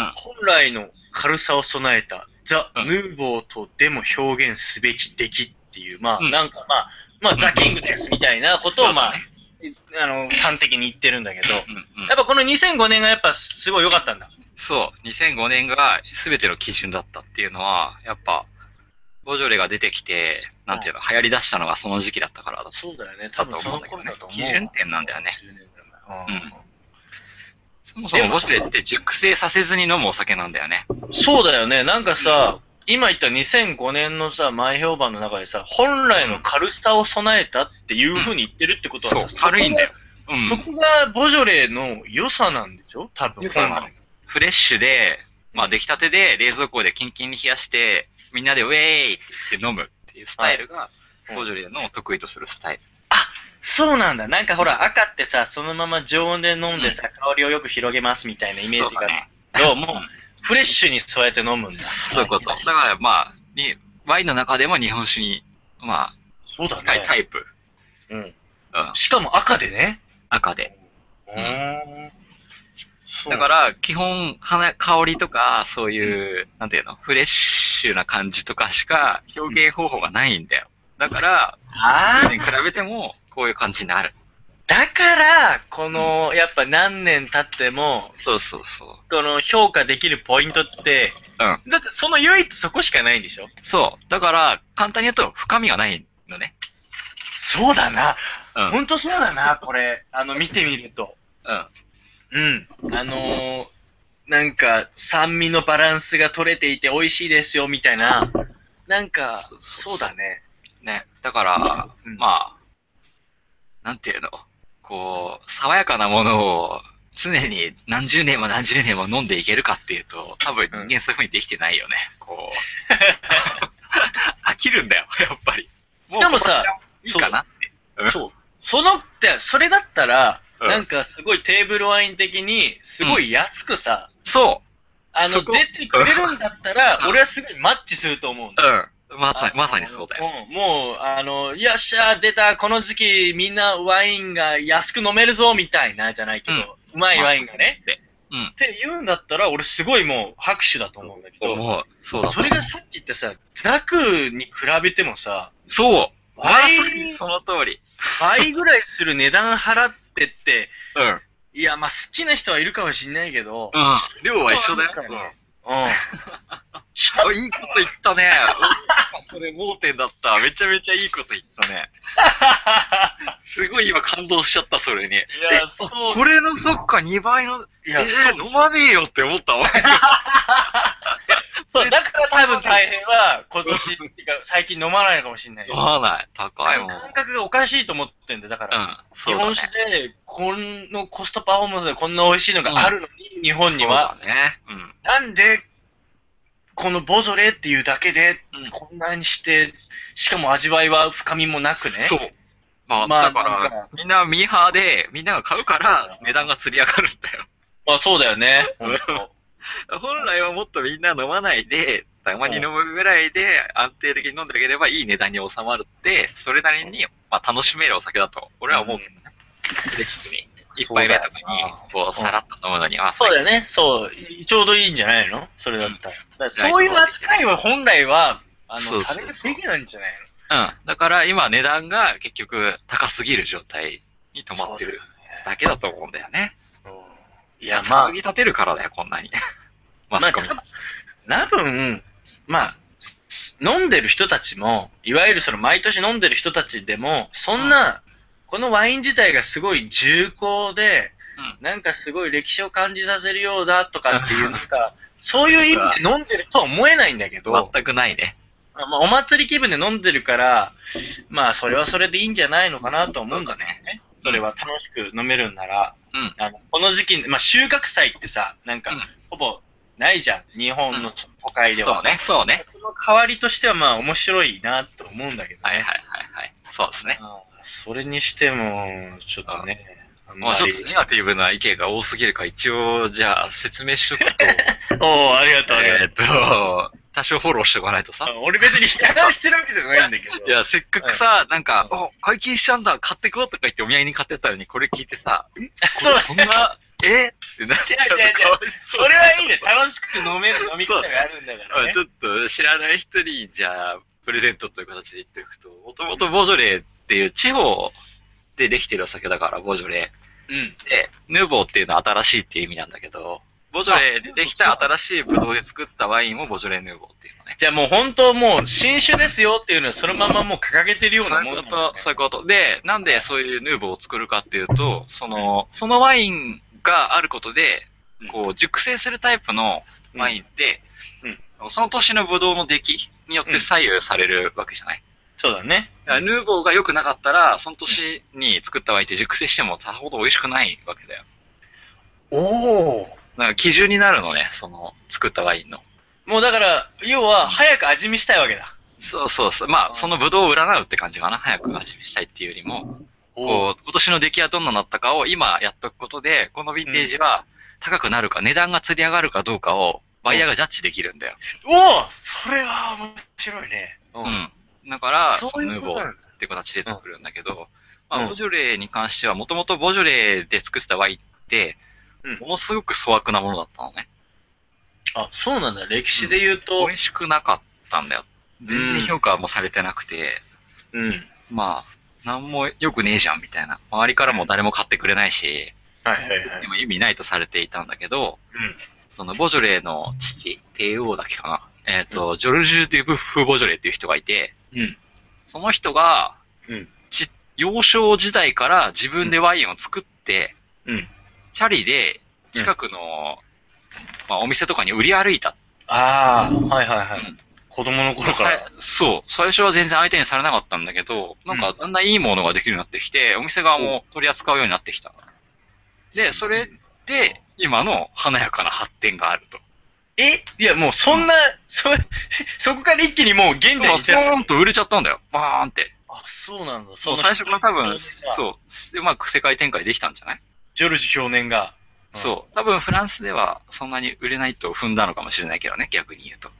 ん本来の軽さを備えたザ・うんヌーボーとでも表現すべき出来っていう、まあ、うんなんかまあ、まあ、ザ・キングですみたいなことを、まあ、そあの、端的に言ってるんだけど、うんうんやっぱこの2005年がやっぱすごい良かったんだ。そう、2005年が全ての基準だったっていうのは、やっぱ、ボジョレが出てきて、なんていうの、流行り出したのがその時期だったからだと。そうだよね、多分その頃だと思うわ基準点なんだよね。そもそでももボジョレって熟成させずに飲むお酒なんだよね。そうだよね、なんかさ、今言った2005年のさ、前評判の中でさ、本来の軽さを備えたっていうふうに言ってるってことはさ、そう、軽いんだよ。うそん。こがボジョレーの良さなんでしょ多分。良さなのフレッシュで、まあ出来たてで冷蔵庫でキンキンに冷やして、みんなでウェーイって言って飲むっていうスタイルが、うんボジョレの得意とするスタイル。そうなんだ。なんかほら、赤ってさ、そのまま常温で飲んでさ、香りをよく広げますみたいなイメージそうがあるだねけど、もううん、フレッシュに添えて飲むんだ。そういうこと。だからまあ、にワインの中でも日本酒に、まそうだあ、近いタね。イプ。うん。うん、しかも赤でね。赤で。んうん。だから、基本、花、香りとか、そういう、なんていうの、フレッシュな感じとかしか表現方法がないんだよ。だから、あそあれ、に比べても、こういう感じになる。だから、この、やっぱ何年経っても、そうそうそう。この評価できるポイントって、うん。だってその唯一そこしかないんでしょそう。だから、簡単に言うと、深みがないのね。そうだな。うん。うん。本当そうだな、これ。あの、見てみると。うん。あのー、なんか、酸味のバランスが取れていて美味しいですよ、みたいな。なんか、そうだね。ね。だから、うんまあ、なんていうの、こう、爽やかなものを、常に何十年も何十年も飲んでいけるかっていうと、多分人間そういうふうにできてないよね。 (laughs) こう。飽きるんだよ、やっ (laughs) ぱり。しかもさう、いいかなって。うんそう。そのって、それだったら、うんなんかすごいテーブルワイン的に、すごい安くさ、そあの、そこ出てくれるんだったらう、ん俺はすごいマッチすると思うんだう。。うん。まさあに、まさにそうだよ。。うんもう、あの、よっしゃ、出た、この時期みんなワインが安く飲めるぞ、みたいな、じゃないけど、うまいワインがね。でうんって言うんだったら、俺すごいもう拍手だと思うんだけど、思う。そうだ。それがさっき言ったさ、ザクに比べてもさ、そう。まさにその通り。倍ぐらいする値段払ってって、うん。うん。いや、まあ、好きな人はいるかもしんないけど、量は一緒だよ。そうなんだようんうん。あいいこと言ったね。 (laughs) おそれ盲点だった。めちゃめちゃいいこと言ったね。すごい今感動しちゃった、それに。いや、そう。これのそっか2倍の、いえや、ー、飲まねえよって思ったわ。そうだから多分大変は、今年っていうか、最近飲まないのかもしんないよ。飲まない。高いもん。感覚がおかしいと思ってんだよ、だから。うん。日そうだ本ね酒。で、このコストパフォーマンスでこんな美味しいのがあるのに、日本には、そうだね。うん。なんで、このボジョレっていうだけでうん、こんなにして、しかも味わいは深みもなくね。そう。まあ、まあだから、なんかみんなミーハーで、みんなが買うから値段が釣り上がるんだよ。まあそうだよね。うん本来はもっとみんな飲まないで、たまに飲むぐらいで安定的に飲んであげればいい値段に収まるって、それなりに、まあ、楽しめるお酒だと、俺は思うけどね。嬉しくに。一杯目とかにそうだよな、こう、さらっと飲むのに、あ、そうだよ。よね。そう。ちょうどいいんじゃないのそれだったら。だからそういうない扱いは本来は、あの、そうそうそうされるべきなんじゃないうん。だから今値段が結局高すぎる状態に止まってるだけだと思うんだよね。のいいやや、、ままああ。、立てるからだよ、こん (laughs) なに。マスコミ。ま多分、まあ、飲んでる人たちも、いわゆるその毎年飲んでる人たちでも、そんな、このワイン自体がすごい重厚で、なんかすごい歴史を感じさせるようだとかっていう、なん (laughs) か、そういう意味で飲んでるとは思えないんだけど、全くないね。まあ、お祭り気分で飲んでるから、まあ、それはそれでいいんじゃないのかなと思うんだね。それは楽しく飲めるんなら、うんあのこの時期、まあ、収穫祭ってさ、なんか、うんほぼないじゃん。日本うのん都会では。そうね、そうね。その代わりとしては、まあ、面白いなと思うんだけど、はいはいはいはい。そうですね。ああそれにしても、ちょっとね、あんままあちりょっとネガティブな意見が多すぎるから、一応、じゃあ説明しとくと、 (laughs) おお、ありがとう、ありがとえうーっと、多少フォローしておかないとさ。あ俺別に批判してるわけじゃないんだけど。いや、せっかくさ、なんか、お、解禁しちゃうんだ、買ってこうとか言ってお土産に買ってたのに、これ聞いてさ、えこれそんな、えってなっちゃうと違う違う違うかわいそそうれはいいね。楽しく飲め (laughs) る飲み方があるんだから、まあね。ちょっと知らない人に、じゃあ、プレゼントという形で言っておくと、もともとボジョレーっていう地方でできてるお酒だから、ボジョレうん。ー。で、ヌーボーっていうのは新しいっていう意味なんだけど、ボジョレーでできた新しいブドウで作ったワインをボジョレーヌーボーっていうのね。じゃあもう本当もう新種ですよっていうのをそのままもう掲げてるようそなういもうのこと、そういうこと。で、なんでそういうヌーボーを作るかっていうと、その、そのワインがあることで、こう、熟成するタイプのワインって、うんその年のブドウの出来によって左右されるわけじゃない。そうだね。だからヌーボーが良くなかったら、その年に作ったワインって熟成してもさほど美味しくないわけだよ。おお。だから基準になるのね、その作ったワインの。もうだから、要は早く味見したいわけだ。そうそうそう。まあーあ、そのブドウを占うって感じかな。早く味見したいっていうよりも、おこう、今年の出来はどんなになったかを今やっとくことで、このヴィンテージは高くなるか、値段が釣り上がるかどうかを、バイヤーがジャッジできるんだよ。おーそれは面白いね。うう。ん。だから、そういそのうヌーことボーなんだ。っていう形で作るんだけど、うんまうんあ、ボジョレーに関しては、もともとボジョレーで作ってたワインって、うんものすごく粗悪なものだったのね。あ、そうなんだ。歴史で言うと美、味しくなかったんだよ。全然評価もされてなくて、うん。まあ、なんも良くねえじゃんみたいな。周りからも誰も買ってくれないし、はいはいはで。も意味ないとされていたんだけど、そのボジョレーの父、帝王だっけかな。えっ、と、ジョルジュ・デュ・ブッフ・ボジョレーっていう人がいて、うん。うん。その人が、うんち幼少時代から自分でワインを作って、うんチャリで近くの、まあ、お店とかに売り歩いた。ああ、はいはいはういん。子供の頃から。さそう。最初は全然相手にされなかったんだけど、なんかだんだんいいものができるようになってきて、お店側も取り扱うようになってきた。で、それで、今の華やかな発展があると。えいやもうそんな、そ、 (laughs) そこから一気にもう現代まあにスポーンと売れちゃったんだよ。バーンって。あ、そうなんだ。そ、そうの最初から多分、そう。そう、うまく世界展開できたんじゃないジョルジュ少年が。うんそう。多分フランスではそんなに売れないと踏んだのかもしれないけどね、逆に言うと。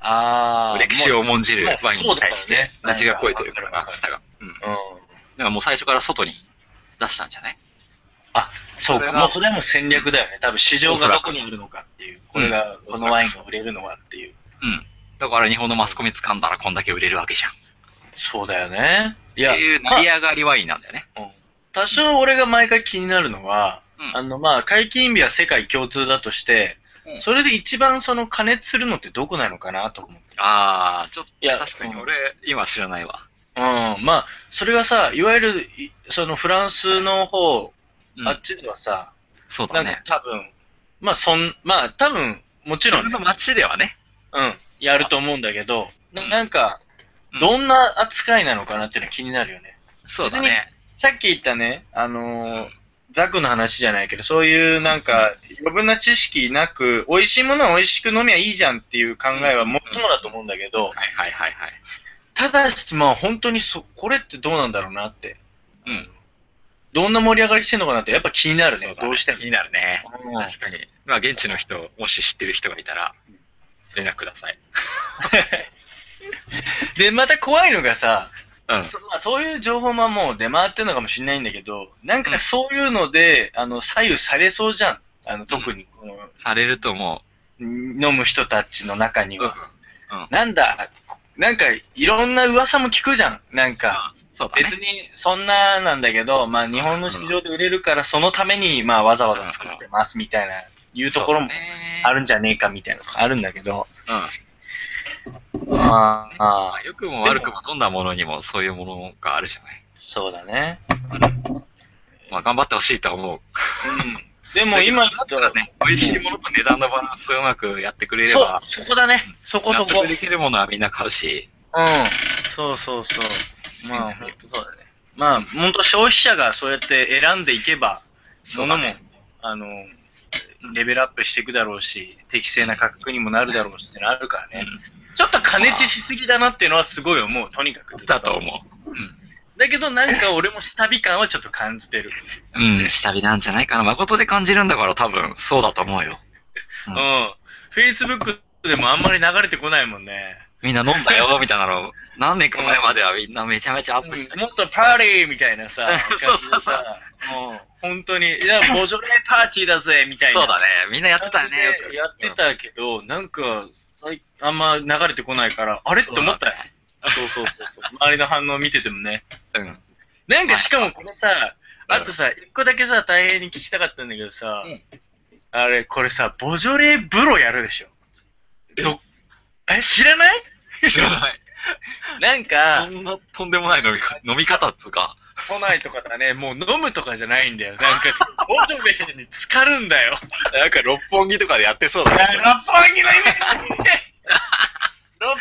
ああ。歴史を。を重んじるまあワインに対しそうだよてね、味が濃いというなんかか、舌が。うん。だうん。からもう最初から外に出したんじゃないそうそか。れがもうそれはもう戦略だよね。多分市場がどこにあるのかっていう。これが、うんこのワインが売れるのはっていう。うん。だから日本のマスコミ掴んだらこんだけ売れるわけじゃん。そうだよね。いてや、いう成り上がりワインなんだよね。多少俺が毎回気になるのは、うんあの、まあ、解禁日は世界共通だとして、うんそれで一番その加熱するのってどこなのかなと思って。ああ、ちょっいやと確かにうん俺、今知らないわ。うん、まあ、それがさ、いわゆる、いそのフランスの方、うんあっちではさ、そうなだんかね。多分、まあ、そん、まあ、多分、もち自ろん分ね、の街ではね。うん、やると思うんだけど、なうんなんかうん、どんな扱いなのかなっていうの気になるよね。そうだね。さっき言ったね、あのーザクの話じゃないけど、そういうなんか、余分な知識なく、美味しいものは美味しく飲みゃいいじゃんっていう考えはもっともだと思うんだけど、はいはいはいはい。ただし、まあ本当にそ、これってどうなんだろうなって。うん。どんな盛り上がりしてんのかなって、やっぱ気になるそねう。だどうしても気。になるね。うん確かに。まあ、現地の人、もし知ってる人がいたら、連絡ください。で、また怖いのがさ、うん。そまあ、そういう情報ももう出回ってるのかもしれないんだけど、なんかそういうので、あの、左右されそうじゃん。あの、特に、このされると思飲む人たちの中にう。うはん。。なんだ、なんかいろんな噂も聞くじゃん。なんか、そうだね。別にそんななんだけど、まあそう日本の市場で売れるからそのためにまあわざわざ作ってますみたいな、いうところもある。るんじゃねえかみたいなのがあるんだけど、うん。まあ、まあ良くも悪くもどんなものにもそういうものがあるじゃない。そうだね。まあ頑張ってほしいとは思う。うん。でも今だだっとたらね、美味しいものと値段のバランスをうまくやってくれれそうば、、そこだね。そこそ納こ。う得んで。きるものはみんな買うし、そうそうそう。まあ、本当そうだね。まあ、本当消費者がそうやって選んでいけば、そうもだのもね、あの、レベルアップしていくだろうし、適正な価格にもなるだろうしってのあるからね、ちょっと加熱しすぎだなっていうのはすごい思う、とにかく。だと思だけどなんか俺も下火感はちょっと感じてる。う。うん、下火なんじゃないかな。誠で感じるんだから多分そうだと思うよ。ううんん。 Facebook でもあんまり流れてこないもんね。みんな飲んだよ、みたいな (laughs) の、何年か前まではみんなめちゃめちゃアップして、もっとパーティーみたいなさ (laughs) そうそうそう感じでさ。もう本当に、いや、ボジョレーパーティーだぜみたいな。そうだね。みんなやってたよね。感よじくでやって。たけど、なんか、最あんま流れてこないから、あれって思ったよ。そうそうそうそう。 (laughs) 周りの反応見ててもね。うん。うんなんかしかもこれさ、あとさ、一個だけさ、大変に聞きたかったんだけどさ、うんあれ、これさ、ボジョレーブロやるでしょ。どえ、知らない知らない。なんか、そんなとんでもない飲みか (laughs) 飲み方っつうか。都内とかだね、もう飲むとかじゃないんだよ。なんか、ボジョレーに浸かるんだよ。なんか六本木とかでやってそうだ六ね。本木のイメージ (laughs) 六本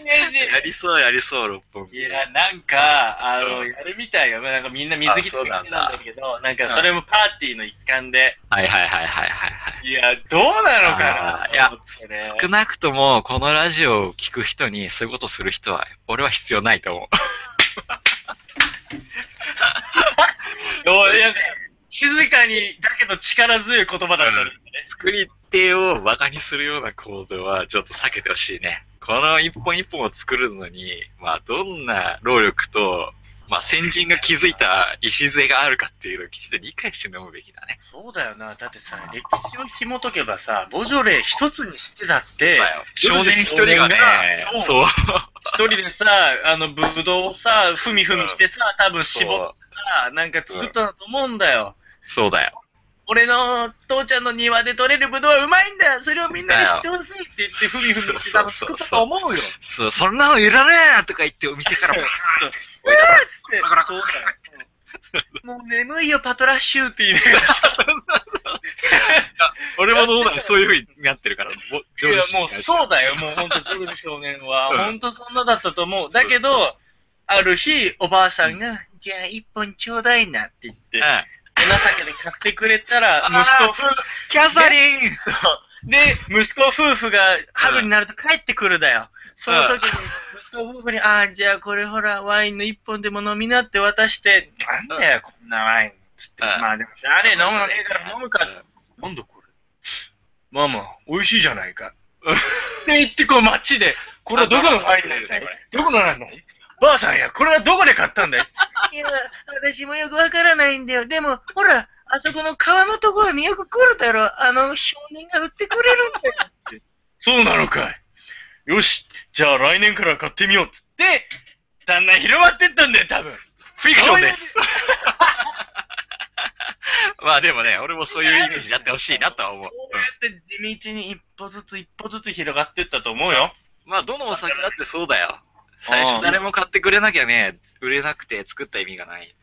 木のイメ (laughs) ージやりそうやりそう、六本木。いや、なんか、あの、うんやるみたいよ。なんかみんな水着とか着てたんだけど、なんかそれもパーティーの一環で、はいはいはいはいはいはい。いや、どうなのかあーな。いや思ってね、少なくとも、このラジオを聞く人に、そういうことする人は、俺は必要ないと思う。おいなんか静かに、だけど力強い言葉だったね。作り手をバカにするような行動は、ちょっと避けてほしいね。この一本一本を作るのに、まあ、どんな労力と、まあ、先人が築いた礎があるかっていうのをきちんと理解して飲むべきだね。そうだよな。だってさ、歴史を紐解けばさ、ボジョレー一つにしてだって、少年一人がね、そうそう、一人でさ、あの、ぶどうをさ、ふみふみしてさ、多分絞ってさ、なんか作ったんだと思うんだよ。そうだよ。俺の父ちゃんの庭で取れるブドウはうまいんだそれをみんなに知ってほしいって言ってふみふみして多分作ったと思 (laughs) うよ。そう、そんなのいらねえとか言ってお店からバーンうわーっつって、そうだよ。もう眠いよパトラッシュって言いながら (laughs) 俺も脳内 (laughs) そういう風になってるから、ぼいやもうそううだよ、もう本当、ジョルジ少年は、うん本当そんなだったと思う。だけそうど、ある日、おばあさんが、じゃあ一本ちょうだいなって言って、ん。お情けで買ってくれたら、あー息子夫婦、キャサリンそう。で、息子夫婦が春になると帰ってくるだよ。その時に、息子夫婦に、ああ、じゃあこれほら、ワインの一本でも飲みなって渡して、なんだよ、こんなワイン。つって、うんまあでもしゃあねえ、飲むのねえから飲むか。なんだこれ。ママ、美味しいじゃないか。って言って、こう街で、これはどこのワインなんだいどこのなんだいばあさんや、これはどこで買ったんだいいや、私もよくわからないんだよ。でも、ほら、あそこの川のところによく来るだろ。あの少年が売ってくれるんだよ。そうなのかい。よし、じゃあ来年から買ってみようっつって、だんだん広まってったんだよ、多分。フィクションです。まあでもね、俺もそういうイメージになってほしいなとは思う。そうやって地道に一歩ずつ一歩ずつ広がってったと思うよ。うんまあどのお酒だってそうだよ。最初誰も買ってくれなきゃね、売れなくて作った意味がない。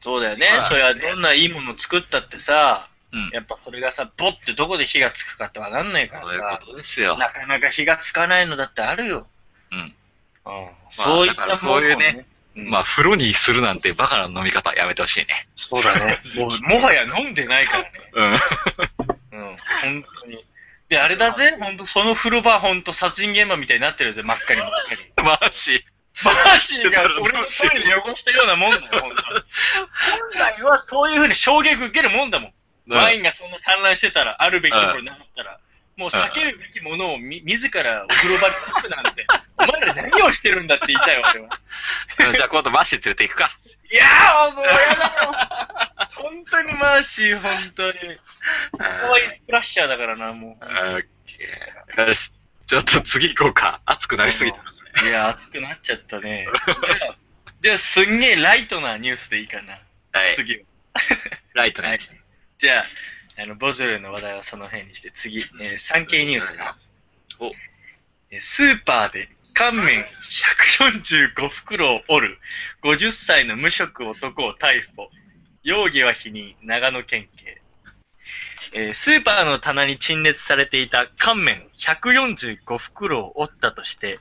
そうだよねまあ。そりゃどんないいもの作ったってさ、うんやっぱそれがさ、ボってどこで火がつくかってわかんないからそういうさこ、とですよ。なかなか火がつかないのだってあるよ。うん。うん、そういだっかたらそういうねものをね、まあ風呂にするなんてバカな飲み方やめてほしいね。そうだね。 (laughs) もうもはや飲んでないからね。うん。 (laughs) うん、本当に。で、あれだぜ、本当その風呂場、本当殺人現場みたいになってるぜ、真っ赤に真っ赤に。マジ。バーシーが俺のトイレ汚したようなもんだよ、本当に。本来はそういうふうに衝撃受けるもんだもん。ワインがそんな散乱してたら、あるべきところになかったら、もう避けるべきものをみ自らお風呂場に行くなん (laughs) て、お前ら何をしてるんだって言いたいわ、俺は。うんじゃあ今度マッシー連れて行くか。いやー、もうやだよ。本当にマーシー、本当に。可愛いスプラッシャーだからな、もう。オッケー。よし。ちょっと次行こうか。熱くなりすぎた。いや、熱くなっちゃったね。じゃあ、じゃあすんげえライトなニュースでいいかな、はい。次は。ライトね。じゃあ、あのボジョレーの話題はその辺にして、次、えー、産経ニュースだおえースーパーで乾麺145袋を折る50歳の無職男を逮捕。容疑は否認、長野県警。えースーパーの棚に陳列されていた乾麺145袋を折ったとして、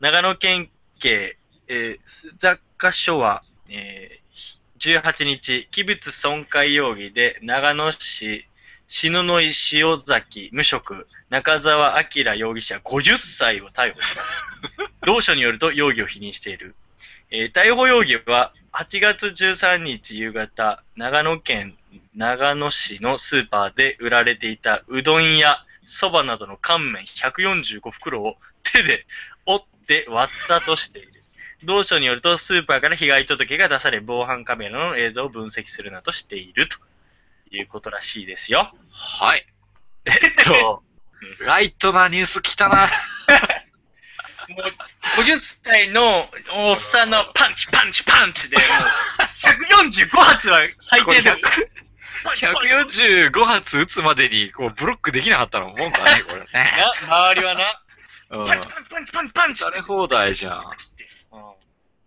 長野県警、えー、須坂署は、えー18日、器物損壊容疑で長野市篠ノ井塩崎無職中澤明容疑者50歳を逮捕した。同署によると容疑を否認している。えー逮捕容疑は8月13日夕方、長野県長野市のスーパーで売られていたうどんやそばなどの乾麺145袋を手で折って割ったとしている。同署によると、スーパーから被害届が出され、防犯カメラの映像を分析するなどしているということらしいですよ。はい。えっと、 (laughs) ライトなニュース来たな。もう50歳のおっさんのパンチパンチパンチで、もう145発は最低だ。パンチパンチ145発打つまでに、こう、ブロックできなかったのもんかね、これね。な周りはな、うん。パンチパンチパンチパンチパンチされ放題じゃん。うん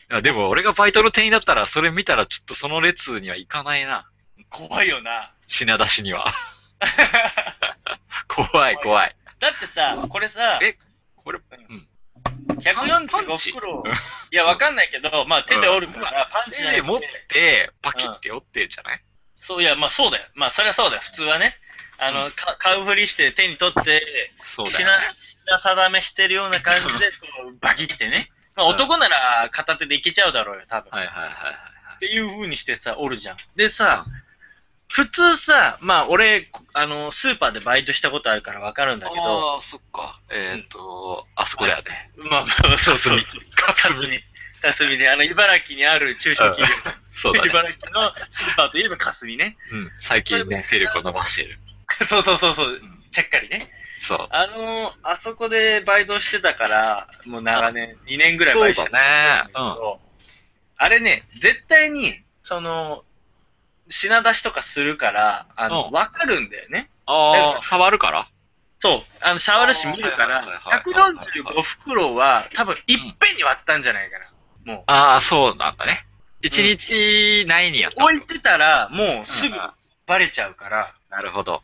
いやでも、俺がバイトの店員だったら、それ見たら、ちょっとその列には行かないな。怖いよな。品出しには。怖い、怖い。だってさ、これさ、えこれ、 145袋を、いや、わかんないけど、まあ手で折るから、パンチじゃな手い持って、パキって折ってんじゃないそういや、まあそうだよ。まあそれはそうだよ。普通はね。あの、か買うふりして手に取って、そうだ品よね。品定めしてるような感じで、こう (laughs) バキってね。まあ男なら片手でいけちゃうだろうよ、多分。はいはいはいはい。っていう風にしてさ、おるじゃん。でさ、普通さ、まあ俺、こあの、スーパーでバイトしたことあるからわかるんだけど、ああ、そっか。えっと、あそこだよね。まあまあ、そうそう。かかすみ。かすみで、あの、茨城にある中小企業、そうだね。茨城のスーパーといえばかすみね。うん。最近ね、勢力を伸ばしてる。 (laughs) そうそうそうそう、ちゃっかりね。そう。あのーあそこでバイトしてたから、もう長年、2年ぐらいバイトしてたんだねけど、あれね、絶対に、その、品出しとかするから、あうの、んわかるんだよね。ああ、触るからそう、あの、シャワルシ見るかはいはいら、はいはいはい145袋は、多分、いっぺんに割ったんじゃないかな。もああ、そうなんだね。一日内にやっう、たの。置いてたら、もう、すぐあバレちゃうから、ーなるほど。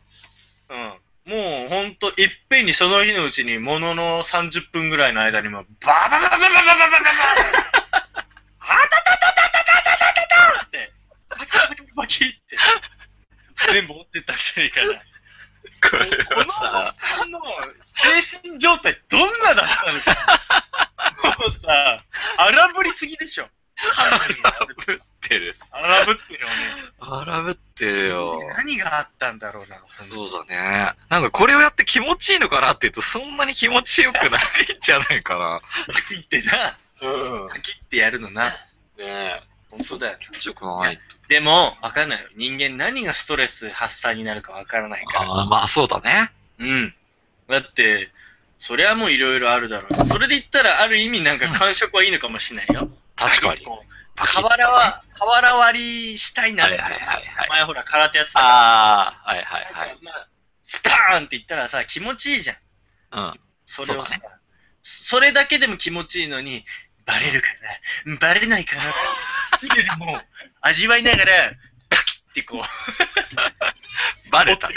うん。もう、ほんと、いっぺんにその日のうちに、ものの30分ぐらいの間にもう、バババババババババババあたたたたたたたたたって、バキバキバキって、全部折ってったんじゃないかな。ここのおっさんの精神状態、どんなだったのか。もうさ、荒ぶりすぎでしょ。荒ぶってる。ぶってるよね。荒ぶってるよ。何があったんだろうな、ほんとそうだね。なんかこれをやって気持ちいいのかなって言うと、そんなに気持ちよくないんじゃないかパキってな、な。うん。パキってやるのな。ね本当だよ。気持ちよくない。でも、わかんないよ。人間何がストレス発散になるかわからないから。ああ、まあそうだね。うん。だって、そりゃもういろいろあるだろう。それで言ったら、ある意味なんか感触はいいのかもしれないよ。確かに。こうパキッとね瓦は、瓦割りしたいなはっいてはいはいはい。前ほら空手やってたからああ、はいはいはなんかまあ、スカーンって言ったらさ、気持ちいいじゃん。い。それをさそうだそれだけでも気持ちいいのに、バレるかな、バレないかなって、すぐにもう、味わいながら、パキってこう、うん。バレたね。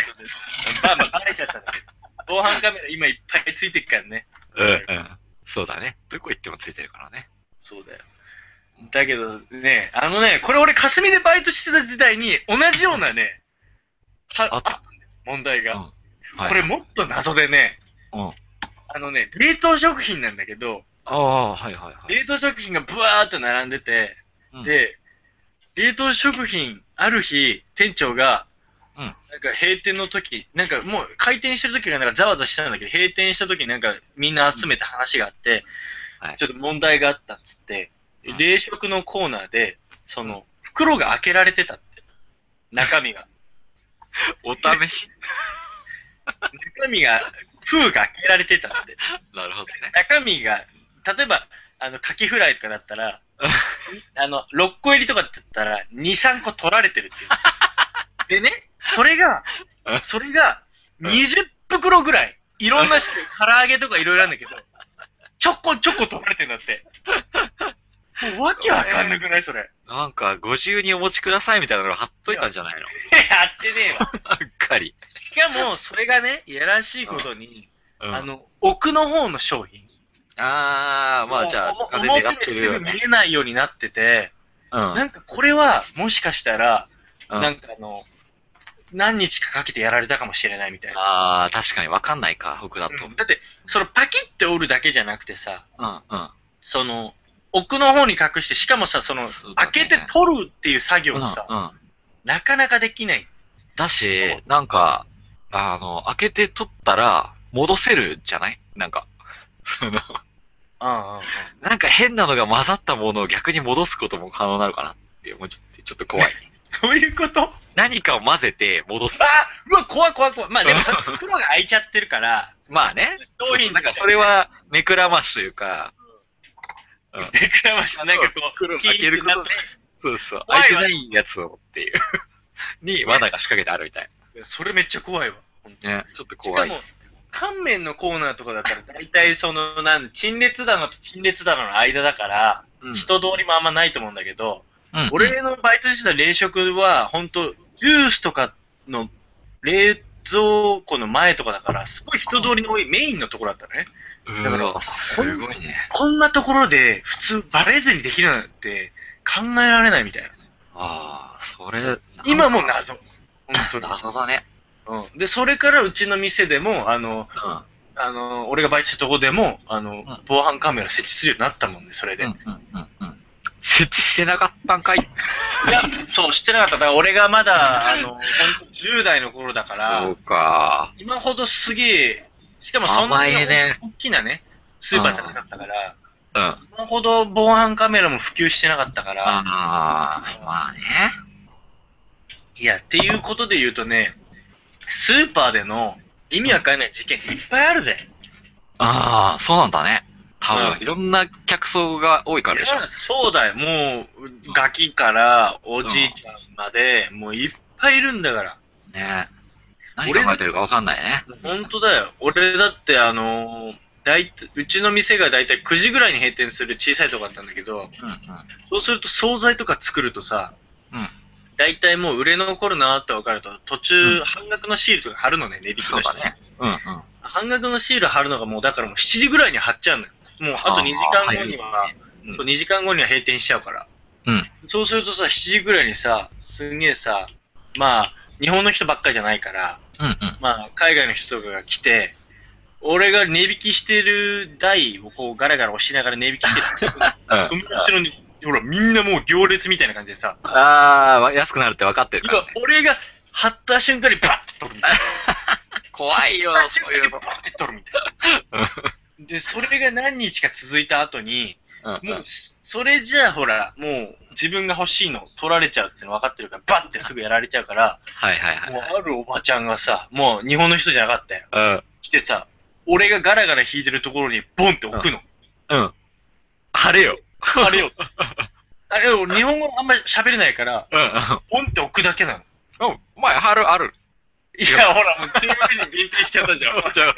バまあ、バレちゃったんだけど、防犯カメラ今いっぱいついてるからね。うんうん。そうだね。どこ行ってもついてるからね。そうだよ。だけどね、あのね、これ俺、霞でバイトしてた時代に、同じようなね、はああっったたんだよ問題が、うんはいこれもっと謎でね、うんあのね、冷凍食品なんだけど、ああ、はいはいはい。冷凍食品がブワーっと並んでて、うんで、冷凍食品、ある日、店長が、うんなんか閉店の時、なんかもう開店してる時がなんかざわざわしてたんだけど、閉店した時になんかみんな集めて話があって、はいちょっと問題があったっつって、うん冷食のコーナーで、その、袋が開けられてたって。中身が。お試し。中身が、封が開けられてたって。なるほどね。中身が、例えば、あの、カキフライとかだっ (laughs) たら、あの、6個入りとかだったら、2、3個取られてるっていう。でね、それがうん、それが、うん20袋ぐらい、いろんな種類、唐揚げとかいろいろあるんだけど、ちょこちょこ取られてんだって。もうわけわかんなくないそれ。なんか、ご自由にお持ちくださいみたいなの貼っといたんじ (laughs) ゃないのやってねえわ。うっかり。しかも、それがね、いやらしいことに、うんあの、奥の方の商品。あー、まあじゃあ、風表狙っにてするよぐね見。えないようになってて、うん。なんかこれは、もしかしたら、うんなんかあの、何日かかけてやられたかもしれないみたいな。あー、確かにわかんないか、僕だと。ううんんだって、そのパキって折るだけじゃなくてさ、うん。その、奥の方に隠して、しかもさ、その、そうだね開けて取るっていう作業うんもさ、うん。なかなかできない。だし、なんか、あの、開けて取ったら、戻せるじゃないなんか、 (laughs) その、うんうんうん。なんか変なのが混ざったものを逆に戻すことも可能なのかなって思っちゃって、ちょっと (laughs) 怖い。どういうことあ何かを混ぜて戻す。うわ、怖い怖い怖い。まあで (laughs) も、それ袋が開いちゃってるから、まあね。商品なんかそれは、目くらましというか、でくらました。なんかこう、袋を開けることで、そうそう、怖い開わいてないやつをっていう、 (laughs) に罠が仕掛けてあるみたいそれめっちゃ怖いわ。本当にな。ね、ちょっとし怖かい。も、乾麺のコーナーとかだったら、大体その、なん陳列棚と陳列棚の間だから、うん人通りもあんまないと思うんだけど、うん俺のバイトしてた冷食は、ほんと、ジュースとかの冷蔵庫の前とかだから、すごい人通りの多いメインのところだったのね。うん、だからうわすごいね。こんなところで、普通バレずにできるなんて考えられないみたいな。ああ、それ、今もうな、謎。本 (laughs) 当謎だね。に。うん。で、それからうちの店でも、あの、うん。あの、俺がバイトしたとこでも、あの、ん防犯カメラ設置するようになったもんね、それで。設置してなかったんかいいや、そう、してなかった。だから俺がまだ、あの、ほんと10代の頃だから、そうか。今ほどすげえ、しかもそんな甘にいね大きなね、スーパーじゃなかったから、うん。あ今ほど防犯カメラも普及してなかったから、あー、まあね。いや、っていうことで言うとね、スーパーでの意味わかんない事件いっぱいあるぜ。ああ、そうなんだね。多分、うんいろんな客層が多いからでしょいや。そうだよ、もう、ガキからおじいちゃんまで、もういっぱいいるんだから。ね何考えてるかわかんないね。本当だよ。俺だって、あのーだいたいうちの店がだいたい9時ぐらいに閉店する小さいとこだったんだけうんど、うん。そうすると惣菜とか作るとさ、うんだいたいもう売れ残るなって分かると、途うん中半額のシールとか貼るのね、値引きそのう人だね。うんうん。あ半額のシール貼るのがもうだからもう7時ぐらいに貼っちゃうのよ。もうあと2時間後には、うんそう2時間後には閉店しちゃうから。うんそうするとさ、7時ぐらいにさ、すんげえさ、まあ、日本の人ばっかりじゃないから、うんうん。まあ、海外の人とかが来て、俺が値引きしてる台をこうガラガラ押しながら値引きしてる。 (laughs) あ友達のに、ほら、みんなもう行列みたいな感じでさ、あー、安くなるって分かってるから今ね。俺が貼った瞬間にバッて取るみたいな。怖い (laughs) よ貼った瞬そう間いにうバの。ッて取るみたいな。で、それが何日か続いた後に、もう、それじゃあほら、もう自分が欲しいの取られちゃうっての分かってるから、バッてすぐやられちゃうから、はいはいもうはい。あるおばちゃんがさ、もう日本の人じゃなかったよ。うん。来てさ、俺がガラガラ弾いてるところにボンって置くの。うん。晴れよ。(laughs) あれよ。あれよ、日本語あんまり喋れないから、うん。ポンって置くだけなの。うん。お前、あるあ (laughs) る。いや、ほら、もう中国人限定しちゃっ (laughs) たじゃん。違う違う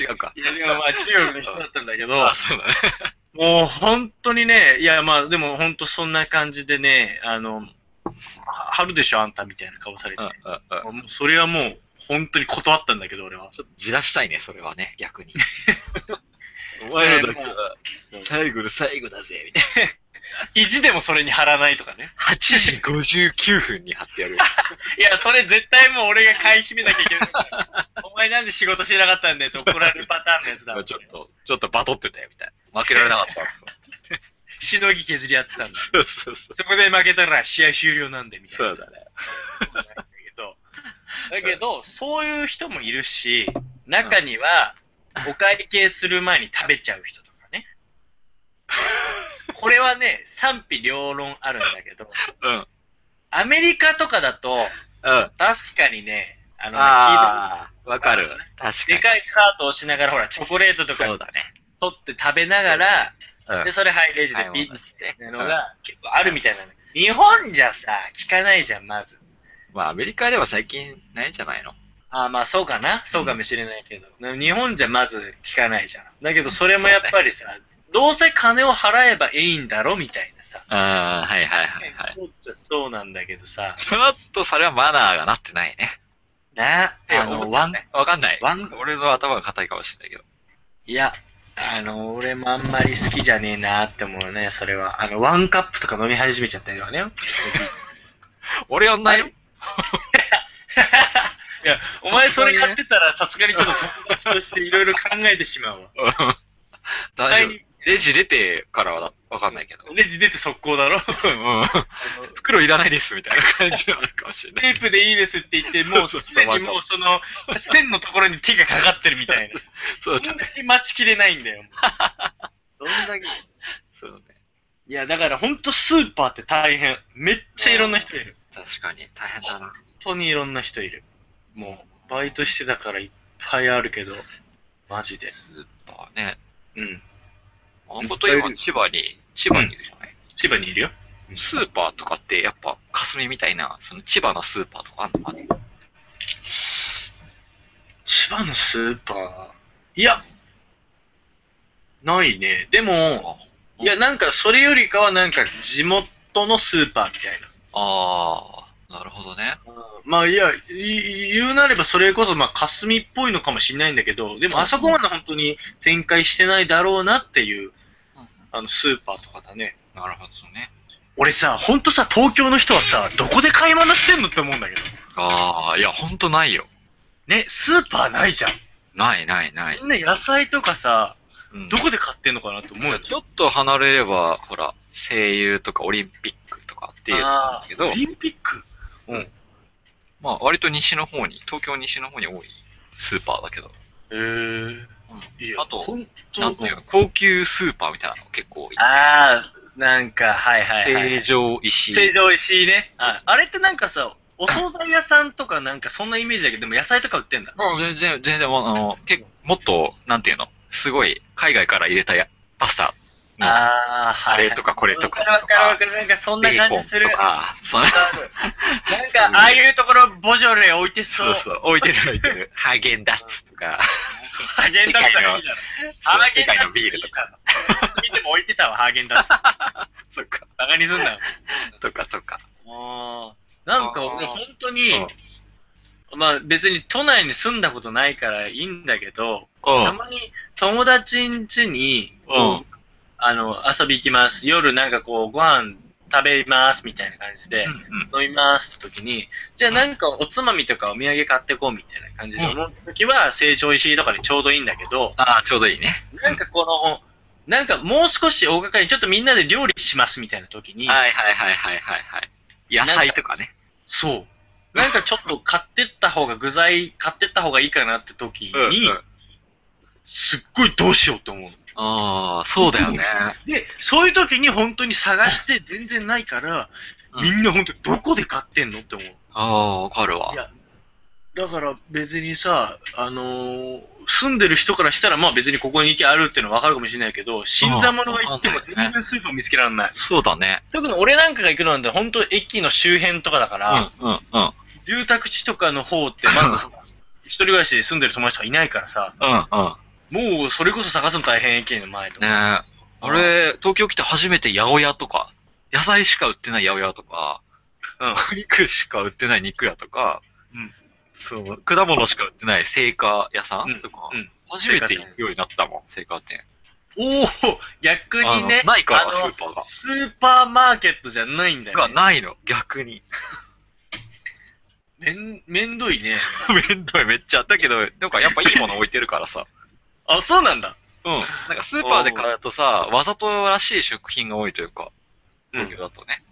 違うか。いや、でもまあ中国の人だったんだけど、あ、そうだね。もう本当にね、いやまあでも本当そんな感じでね、あの、は春でしょあんたみたいな顔されて、うんうんうん。もうそれはもう本当に断ったんだけど俺は。ちょっとじらしたいね、それはね、逆に。お前らだけは最後の最後だぜ、みたいな。意地でもそれに貼らないとかね。 8時59分に貼ってや (laughs) るよ。いや、それ絶対もう俺が買い占めなきゃい (laughs) けない。お前なんで仕事してなかったんだよって怒られるパターンのやつだ。ちょっと、ちょっとバトってたよ、みたいな。負けられなかったっす。しのぎ削り合ってたんだ。そうそうそう。そこで負けたら試合終了なんでみたいそな。うだ (laughs) ね。だけど、そういう人もいるし、中には、お会計する前に食べちゃう人とか (laughs) ね。これはね、賛否両論あるんだけど、うん。アメリカとかだと、うん。確かにね、あのね、ああ、わかる。聞い確たでかいカートをしながら、ほら、チョコレートとかそうだね。取って食べながら、うんで、。それハイレジで買ピいッ物しててのが結構あるみたいなの。日本じゃさ、聞かないじゃん、まず。まあ、アメリカでは最近ないんじゃないのああ、まあそうかな。そうかもしれないけど。日本じゃまず聞かないじゃん。だけどそれもやっぱりさ、どうせ金を払えばいいんだろみたいなさ。ああ、はいはいはいはい。そうっちゃそうなんだけどさ。ちょっとそれはマナーがなってないね。な、あの、ワン、わかんない。ワン、俺の頭が硬いかもしれないけど。いや、あの、俺もあんまり好きじゃねえなって思うね、それは。あの、ワンカップとか飲み始めちゃったりとかね。俺やん (laughs) ないよ。いや、お前それ買ってたらさすがにちょっと友達としていろいろ考えてしまうわ。大丈夫。レジ出てからはわかんないけど。レジ出て速攻だろ。うん。袋いらないですみたいな感じなのかもしれ (laughs) ない。テープでいいですって言って、もそううそうそうすでにもうその、線のところに手がかかってるみたいな。そうどだんね。だけ待ちきれないんだよ。どんだけ。そうね。いや、だからほんとスーパーって大変。めっちゃいろんな人いる。確かに、大変だな。本当にいろんな人いる。もう、バイトしてたからいっぱいあるけど、マジで。スーパーね。うん。あのこと今、千葉に、千葉にいるじゃない。千葉にいるよ。スーパーとかって、やっぱ、霞みたいな、その千葉のスーパーとかあんのかね。千葉のスーパーいや、ないね。でも、いや、なんかそれよりかはなんか地元のスーパーみたいな。ああ、なるほどね。まあいや、い言うなればそれこそまあ霞っぽいのかもしれないんだけど、でもあそこまで本当に展開してないだろうなっていう、あのスーパーとかだね。なるほどね。俺さ、ほんとさ、東京の人はさ、どこで買い物してんのって思うんだけど。ああ、いや、ほんとないよ。ね、スーパーないじゃん。ないないない。みんな野菜とかさ、うんどこで買ってんのかなと思うよ。ちょっと離れれば、ほら、声優とかオリンピックとかっていうのなんだけどオ、リンピックまあ、割と西の方に、東京西の方に多いスーパーだけど、へぇー。いやあとほんとなんていうか、高級スーパーみたいなの結構多い。あー、なんか、はいはい、はい。成城石井。成城石井ね。そうあそうあれってなんかさ、お惣菜屋さんとかなんかそんなイメージだけど、でも野菜とか売ってんだ。うん全然、全然、あの、けもっと、なんていうの、すごい、海外から入れたやパスタの、ああ、あはれとかこれとかわとかるわか、かるわかる。なんかそんベなー感コンじする。とわか、そのかるなんか、ああいうところ、ボジョレー置いてそ。そううそう、置いてる置いてる。 (laughs) ハーゲンダッツとか、ハーゲンダッツはいいだろ。そうハーゲ世ンダッツ界のビールとか、か。見ても置いてたわ、ハーゲンダッツ。バそっか、カにす (laughs) んなよ。とかとか。あーなんか俺あー本当に、まあ別に都内に住んだことないからいいんだけど、うんたまに友達ん家に、うんあの、遊び行きます。夜なんかこう、ご飯食べますみたいな感じで、うん飲みますって時に、じゃあなんかおつまみとかお土産買ってこうみたいな感じでうん思う時は、成長石井とかでちょうどいいんだけど、ああ、ちょうどいいね。なんかこの、なんかもう少し大掛かりにちょっとみんなで料理しますみたいな時に、はいはいはいはいはいはい。野菜とかね。そう。なんかちょっと買ってった方が、具材買ってった方がいいかなって時に、うんすっごいどうしようって思うの。ああ、そうだ (laughs) よね。で、そういう時に本当に探して全然ないから、うんみんな本当にどこで買ってんのって思う。ああ、わかるわいや。だから別にさ、あのー住んでる人からしたら、まあ別にここに池あるっていうのはわかるかもしれないけど、新参者が行っても全然スーパー見つけられない。そうだね。特に俺なんかが行くのなんて、本当駅の周辺とかだから、うんうんうん。住宅地とかの方って、まず、 (laughs) 一人暮らしで住んでる友達とかいないからさ、うんうん。もうそれこそ探すの大変駅の前とか。ねえ。あれ、東京来て初めて八百屋とか、野菜しか売ってない八百屋とか、うんお (laughs) 肉しか売ってない肉屋とか、うんそう、果物しか売ってない青果屋さんとか、うんうん初めて行くようになったもん、青果店。おお逆あにのね、ないから、スあーのパーが。スーパーマーケットじゃないんだがよ、ね。ないの、逆に。 (laughs) めん、めんどいね。めんどい、めっちゃ。だけど、なんかやっぱいいもの置いてるからさ。あ、 (laughs) そうなんだ。うん。なんかスーパーで買うとさ、わざとらしい食品が多いというか、東京だとね。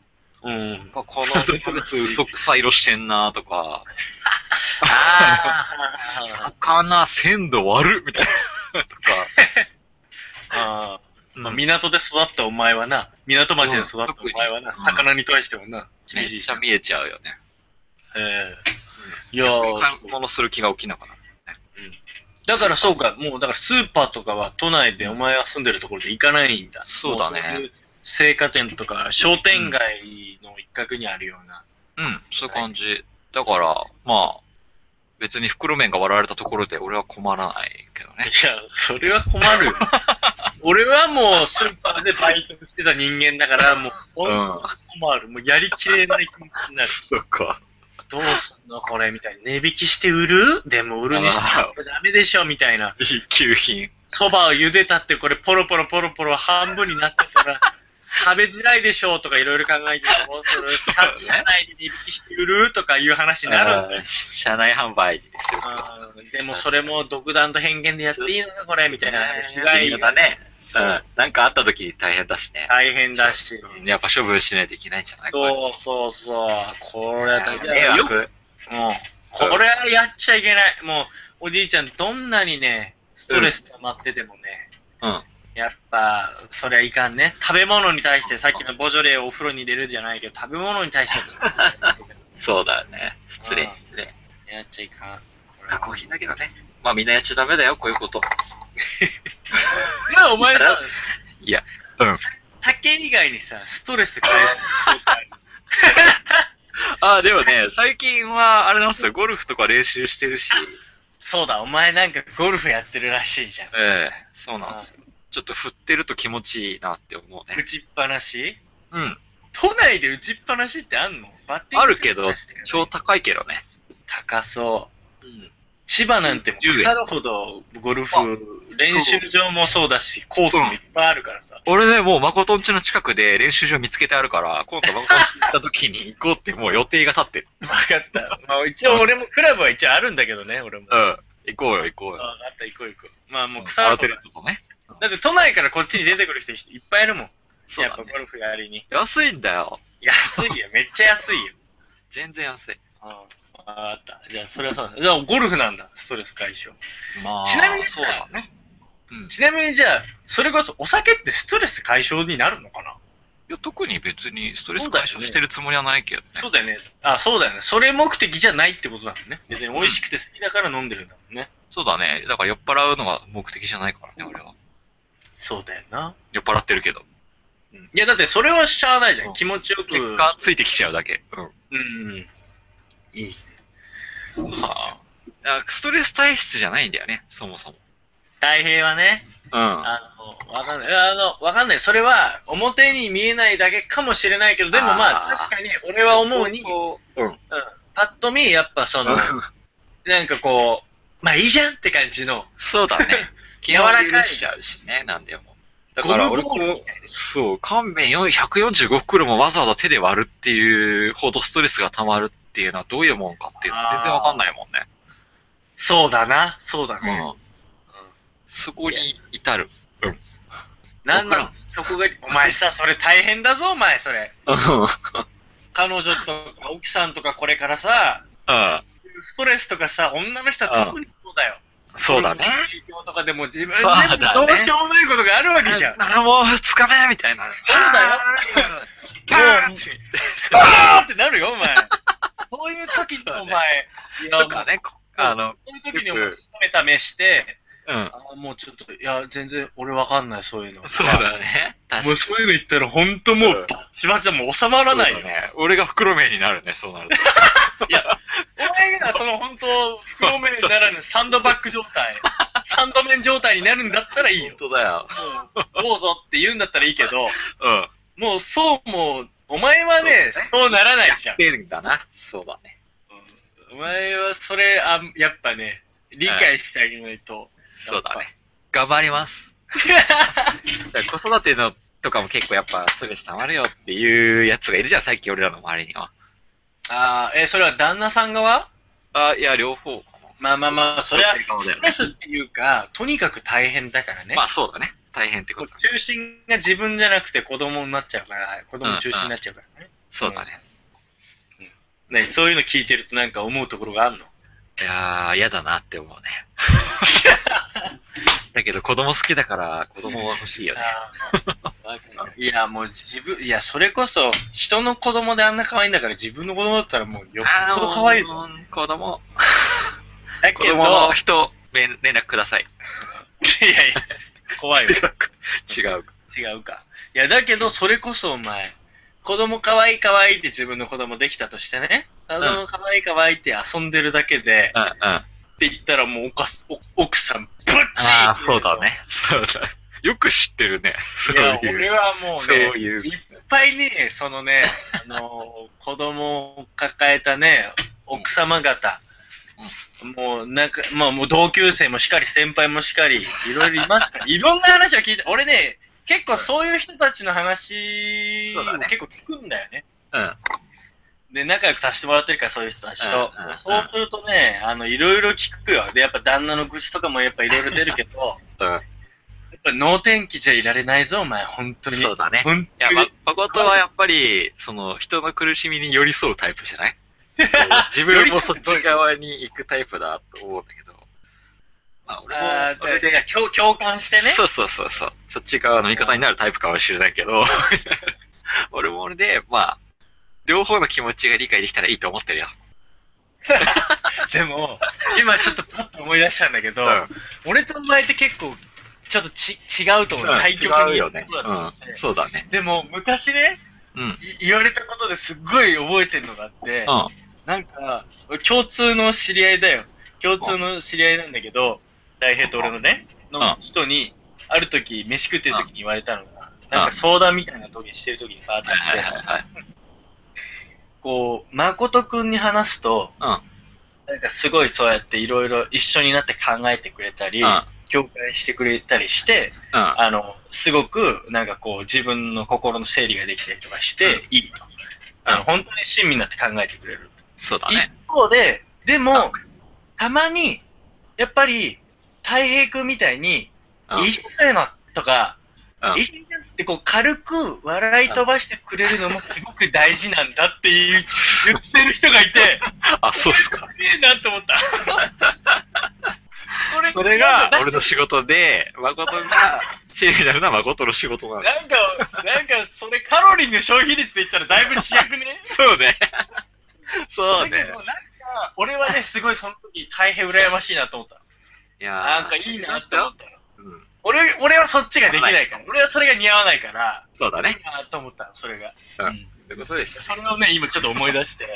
うん。なんかこの (laughs) キャベツ嘘くさ色してんなとか、あー魚鮮度悪っみたいな。 (laughs) とか。 (laughs) あー。まあ、うん港で育ったお前はな、港町で育ったお前はな、うん魚に対してもな、め厳っしいちしゃ。見えちゃうよね。ええいや買ーい物する気が起きなくなる。だからそうか、もうだからスーパーとかは都内でお前が住んでるところで行かないんだ。そうだねもこい青果店とか商店街の一角にあるような。うん、そういう感じ。だから、まあ、別に袋麺が割られたところで俺は困らないけどね。いや、それは困 (laughs) るよ。俺はもうスーパーでバイトしてた人間だから、もう本ん。当に困る。もうやりきれない気持ちになる。そうか。どうすんのこれみたいな。値引きして売るでも売るにしてあダメでしょみたいな。 B 級品。そばを茹でたってこれポロポロポロポロ半分になって (laughs) たら食べづらいでしょうとかいろいろ考えてもうそれだね社内で値引きして売るとかいう話になるんだよ。社内販売ですよ。あーでもそれも独断と偏見でやっていいのかこれみたいな。被害害だがね。うん。なんかあった時大変だしね。大変だし。うんやっぱ処分しないといけないんじゃないそうそうそう。これは大これ迷変。よく惑。もう、これはやっちゃいけない。もう、おじいちゃん、どんなにね、ストレス溜まっててもね、うん。やっぱ、そりゃいかんね。食べ物に対して、さっきのボジョレーをお風呂に入れるじゃないけど、食べ物に対しても、そうだよね。失う礼、ん失礼。やっちゃいかん。これ加は工品だけどね。まあみんなやっちゃダメだよ、こういうこと。いや、お前さ、いや、うん。竹以外にさ、ストレス解消法ってああ、でもね、最近は、あれなんですよ、ゴルフとか練習してるし、そうだ、お前なんかゴルフやってるらしいじゃん。 (laughs) ええそうなんですよ。ちょっと振ってると気持ちいいなって思うね打。ちっぱなしうん。都内で打ちっぱなしってあんのバッティングあるけどセンターしかな超い高いけどね。高そう。うん。千葉なんても10う円腐るほどゴルフ練習場もそうだし、コースもいっぱいあるからさ。俺ね、もう誠んちの近くで練習場見つけてあるから、今度誠んち行った時に行こうってもう予定が立ってる。分かった。まあ一応俺もクラブは一応あるんだけどね、俺も。うあん。行こうよ、行こうよ。あった、行こう行こう。まあもう腐アルるほテどレ。ットとね。だって都内からこっちに出てくる人いっぱいいるもん。そうやっだぱねゴルフやりに。安いんだよ。安いよ、めっちゃ安いよ。全然安い。ああった。じゃあそれはそうだ。じゃあゴルフなんだ、ストレス解消。まあ、ちなみにそうだね。うん。いちなみにじゃあ、それこそお酒ってストレス解消になるのかなや、特に別にストレス解消してるつもりはないけどね。そうだよね。あ、そうだよね。それ目的じゃないってことだもんね。別に美味しくて好きだから飲んでるんだもんね。そうだね。だから酔っ払うのが目的じゃないからね、俺は。そうだよな。酔っ払ってるけど。いや、だってそれはしゃあないじゃ。うんん気持ちよく。結果、ついてきちゃうだけ。うん。うん。いい。はあ。だからストレス体質じゃないんだよね、そもそも。大平はね、うん。あの、わかんない。あの、わかんない。それは、表に見えないだけかもしれないけど、でもまあ、あー確かに、俺は思うに、うん。うん。パッと見、やっぱその、なんかこう、まあいいじゃんって感じの、そうだ (laughs) ね。柔らかい気しちゃうしね、なんでも。だから俺ゴルフボールも、そう、乾麺4 145袋もわざわざ手で割るっていうほどストレスが溜まるっていうのはどういうもんかっていうのは全然わかんないもんね。そうだな、そうだね。うん。そこに至る。なんなわのかそこが、お前さ、それ大変だぞ、お前、それ。うん。彼女とか奥さんとかこれからさ、ストレスとかさ、女の人は特にそうだよ。そうだね。勉強とかでも自分、そうだね自分どうしようもないことがあるわけじゃん。あ、もう二日目みたいな。そうだよだよ。 (laughs) あーってなるよ、お前。そそういう時にお前、いや、ともかうね、こあの、そういう時にお前、しめた目して、うん。あもうちょっと、いや、全然俺わかんない、そういうの。そうだね。確かもうに。そういうの言ったら、ほんともうんう、バッチバチだ、もう収まらないよそうだね。ね。俺が袋麺になるね、そうなると。お前が、その本当、袋麺ならぬサンドバッグ状 (laughs) 態、サンド麺状態になるんだったらいいよ。本当だよ。もうどうぞって言うんだったらいいけど、うん。もうそうも、お前はね、そうならないじゃん。てんだな。そうだね。お前はそれ、あやっぱね、理解してあげないと。そうだね。頑張り (laughs) ます。だから子育てのとかも結構やっぱストレス溜まるよっていうやつがいるじゃん、最近俺らの周りには。ああ、え、それは旦那さん側あ、いや、両方かまあまあまあ、それは、そうだよねストレスっていうか、とにかく大変だからね。な。まあそうだね。大変ってここうとだね。中心が自分じゃなくて子供になっちゃうから、子供中心になっちゃうからね。そうだね。ね、そういうの聞いてるとなんか思うところがあんのいやー、嫌だなって思 (laughs) うね。だけど子供好きだから子供は欲しいよね。いや、もう自分、いや、それこそ、人の子供であんな可愛いんだから、自分の子供だったらもうよっぽど可愛いぞ。子供。だ子けど、い供の人、連連絡ください。やいや、怖いわ。違う。違うか。いや、だけど、それこそお前、子供可愛い可愛いって自分の子供できたとしてね、子供可愛い可愛いって遊んでるだけで、うんうん。あって言ったらもうおかすお奥さん、ぶっちあー、そうだ。ね。そうだ。よく知ってるね。そいや、うい俺う。はもうそうね、いう。いっぱいね、そ (laughs) のね、あのー子供を抱えたね、奥様方、もうなんか、まあもう同級生もしかり、先輩もしかり、いろいろいま (laughs) すから、いろんな話を聞いて、俺ね、結構そういう人たちの話そうだをね結構聞くんだよね。うん。で、仲良くさせてもらってるから、そういう人たちとうんうんうん。そうするとね、あの、いろいろ聞くよ。で、やっぱ旦那の愚痴とかもやっぱいろいろ出るけ (laughs) ど、うんやっぱ能天気じゃいられないぞ、お前、本当に。そうだね。本いや当、に。ま、誠はやっぱり、その、人の苦しみに寄り添うタイプじゃない (laughs) 自分もそっち側に行くタイプだと思うんだけど。まあ、俺も、あー俺で共共感してね。そうそうそうそう。そっち側の味方になるタイプかもしれないけど、 (laughs) 俺も俺で、まあ、両方の気持ちが理解できたらいいと思ってるよ。でも、今ちょっとパッと思い出したんだけど、うん俺とお前って結構、ちょっとち違うと思う。対局違にうよね。そうだと思ってうん。そうだね。でも、昔ね、うん。い言われたことですっごい覚えてるのがあって、うん。なんか、俺共通の知り合いだよ。共通の知り合いなんだけど、大平と俺のね、の人に、ある時、飯食ってる時に言われたのが、なんか相談みたいな時にしてる時にさ、あってはいはいはいはい。こう、誠くんに話すと、うんなんかすごいそうやっていろいろ一緒になって考えてくれたり、共感してくれたりして、うん。うん。あの、すごくなんかこう自分の心の整理ができたりとかして、いいと。あの、本当に親身になって考えてくれる。そうだね。一方で、でうんも、たまに、やっぱり、太平君みたいに、うんいじめるのとか、うんいじめるってこう軽く笑い飛ばしてくれるのもすごく大事なんだっていう言ってる人がいて、あ、そうっすか。いいなって思 (laughs) った。それが俺の仕仕事で、誠 (laughs) が、チームになるのは誠の仕事なん事。だ。なんか、なんか、それカロリーの消費率で言ったらだいぶ違くね (laughs) そう (laughs) ね。そうだけねど、。なんか、俺はね、すごいその時大変羨ましいなと思った。いやーなんかいいなって思った。うん。俺、俺はそっちができないから、俺はそれが似合わないから、そうだいいね。なと思った、それが。うんうんそういうことです。それをね、今ちょっと思い出して。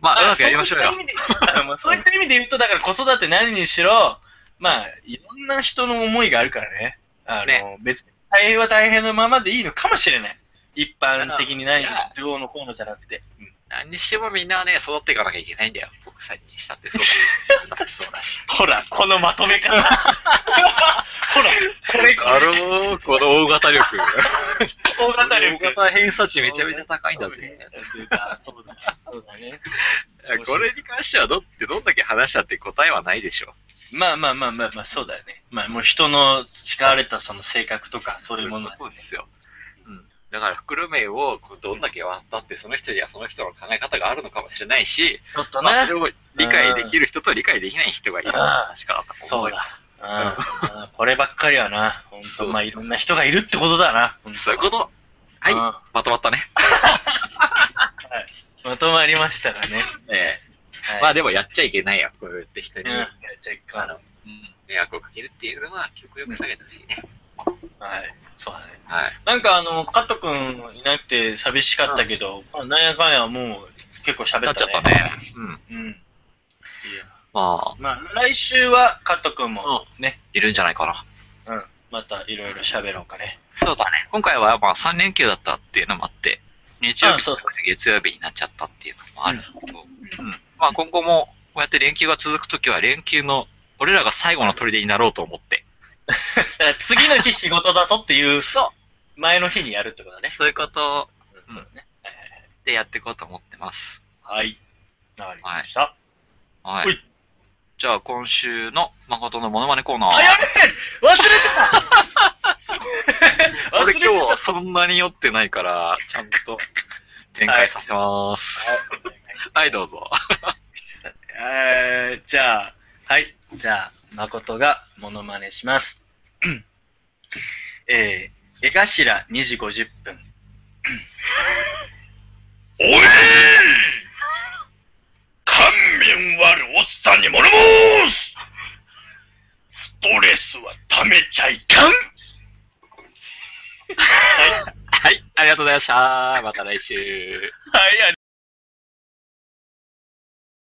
まあ、うまくやりましょうよそうい。った意味であまあそういった意味で言うと、だから子育て何にしろ、まあ、いろんな人の思いがあるからね。あの、ね別に大変は大変のままでいいのかもしれない。一般的に何いや中央のこうのじゃなくて。うん何にしてもみんなはね、育っていかなきゃいけないんだよ。国際にしたって (laughs) そうだし、自分だってそうだし。ほら、このまとめ (laughs) 方。ほら、これ、これ、のこの大型力。大型大力。型偏差値めちゃめちゃ高いんだぜ。そうだ、そうだね。いやこれに関してはどってどんだけ話したって答えはないでしょまあまあまあまあまあ、そうだよね。まあもう人の培われたその性格とか、そういうものですそねうですよ。うん。だから、袋麺をこうどんだけ割ったって、その人にはその人の考え方があるのかもしれないし、ちょっとまあ、ねそ。れを理解できる人と理解できない人がいるのは確かだと思そううよ。だ。うん。こればっかりはな、本そう当そうまあいろんな人がいるってことだな。本当そういうこと。はい、うんまとまったね。まとまりましたかね。ええはいまあでもやっちゃいけないや、こうやって人に、うんあじゃあ一回あのの、うん迷惑をかけるっていうのは、極力下げてほしいね。はい。そうだね。はい。なんかあの、加藤くんいなくて寂しかったけど、まあなんやかんやもう結構喋なっっちゃたね。ったね。うん。うん。いやまあ、まあ、来週は加藤くんもね、いるんじゃないかな。うん。またいろいろ喋ろうかね。そうだね。今回はまあ3連休だったっていうのもあって、日曜あ日そとうそう月曜日になっちゃったっていうのもあるけど、うんまあ今後もこうやって連休が続くときは連休の、俺らが最後の砦になろうと思って、だから次の日仕事だぞっていう、前の日にやるってことだね。そういうことうんうんでやっていこうと思ってます。はい。わかりました。はほいい。じゃあ今週の誠のモノマネコーナー。あ、やべえ忘れてた (laughs) 忘俺れてた今日そんなに酔ってないから、ちゃんと展開させます。はい、どうぞ。えーじゃあ、はい。じゃあ、誠がモノマネします。えー、江頭2時50分。おい乾麺割るおっさんに物申すストレスは溜めちゃいかんはい、ありがとうございました。また来週。はい、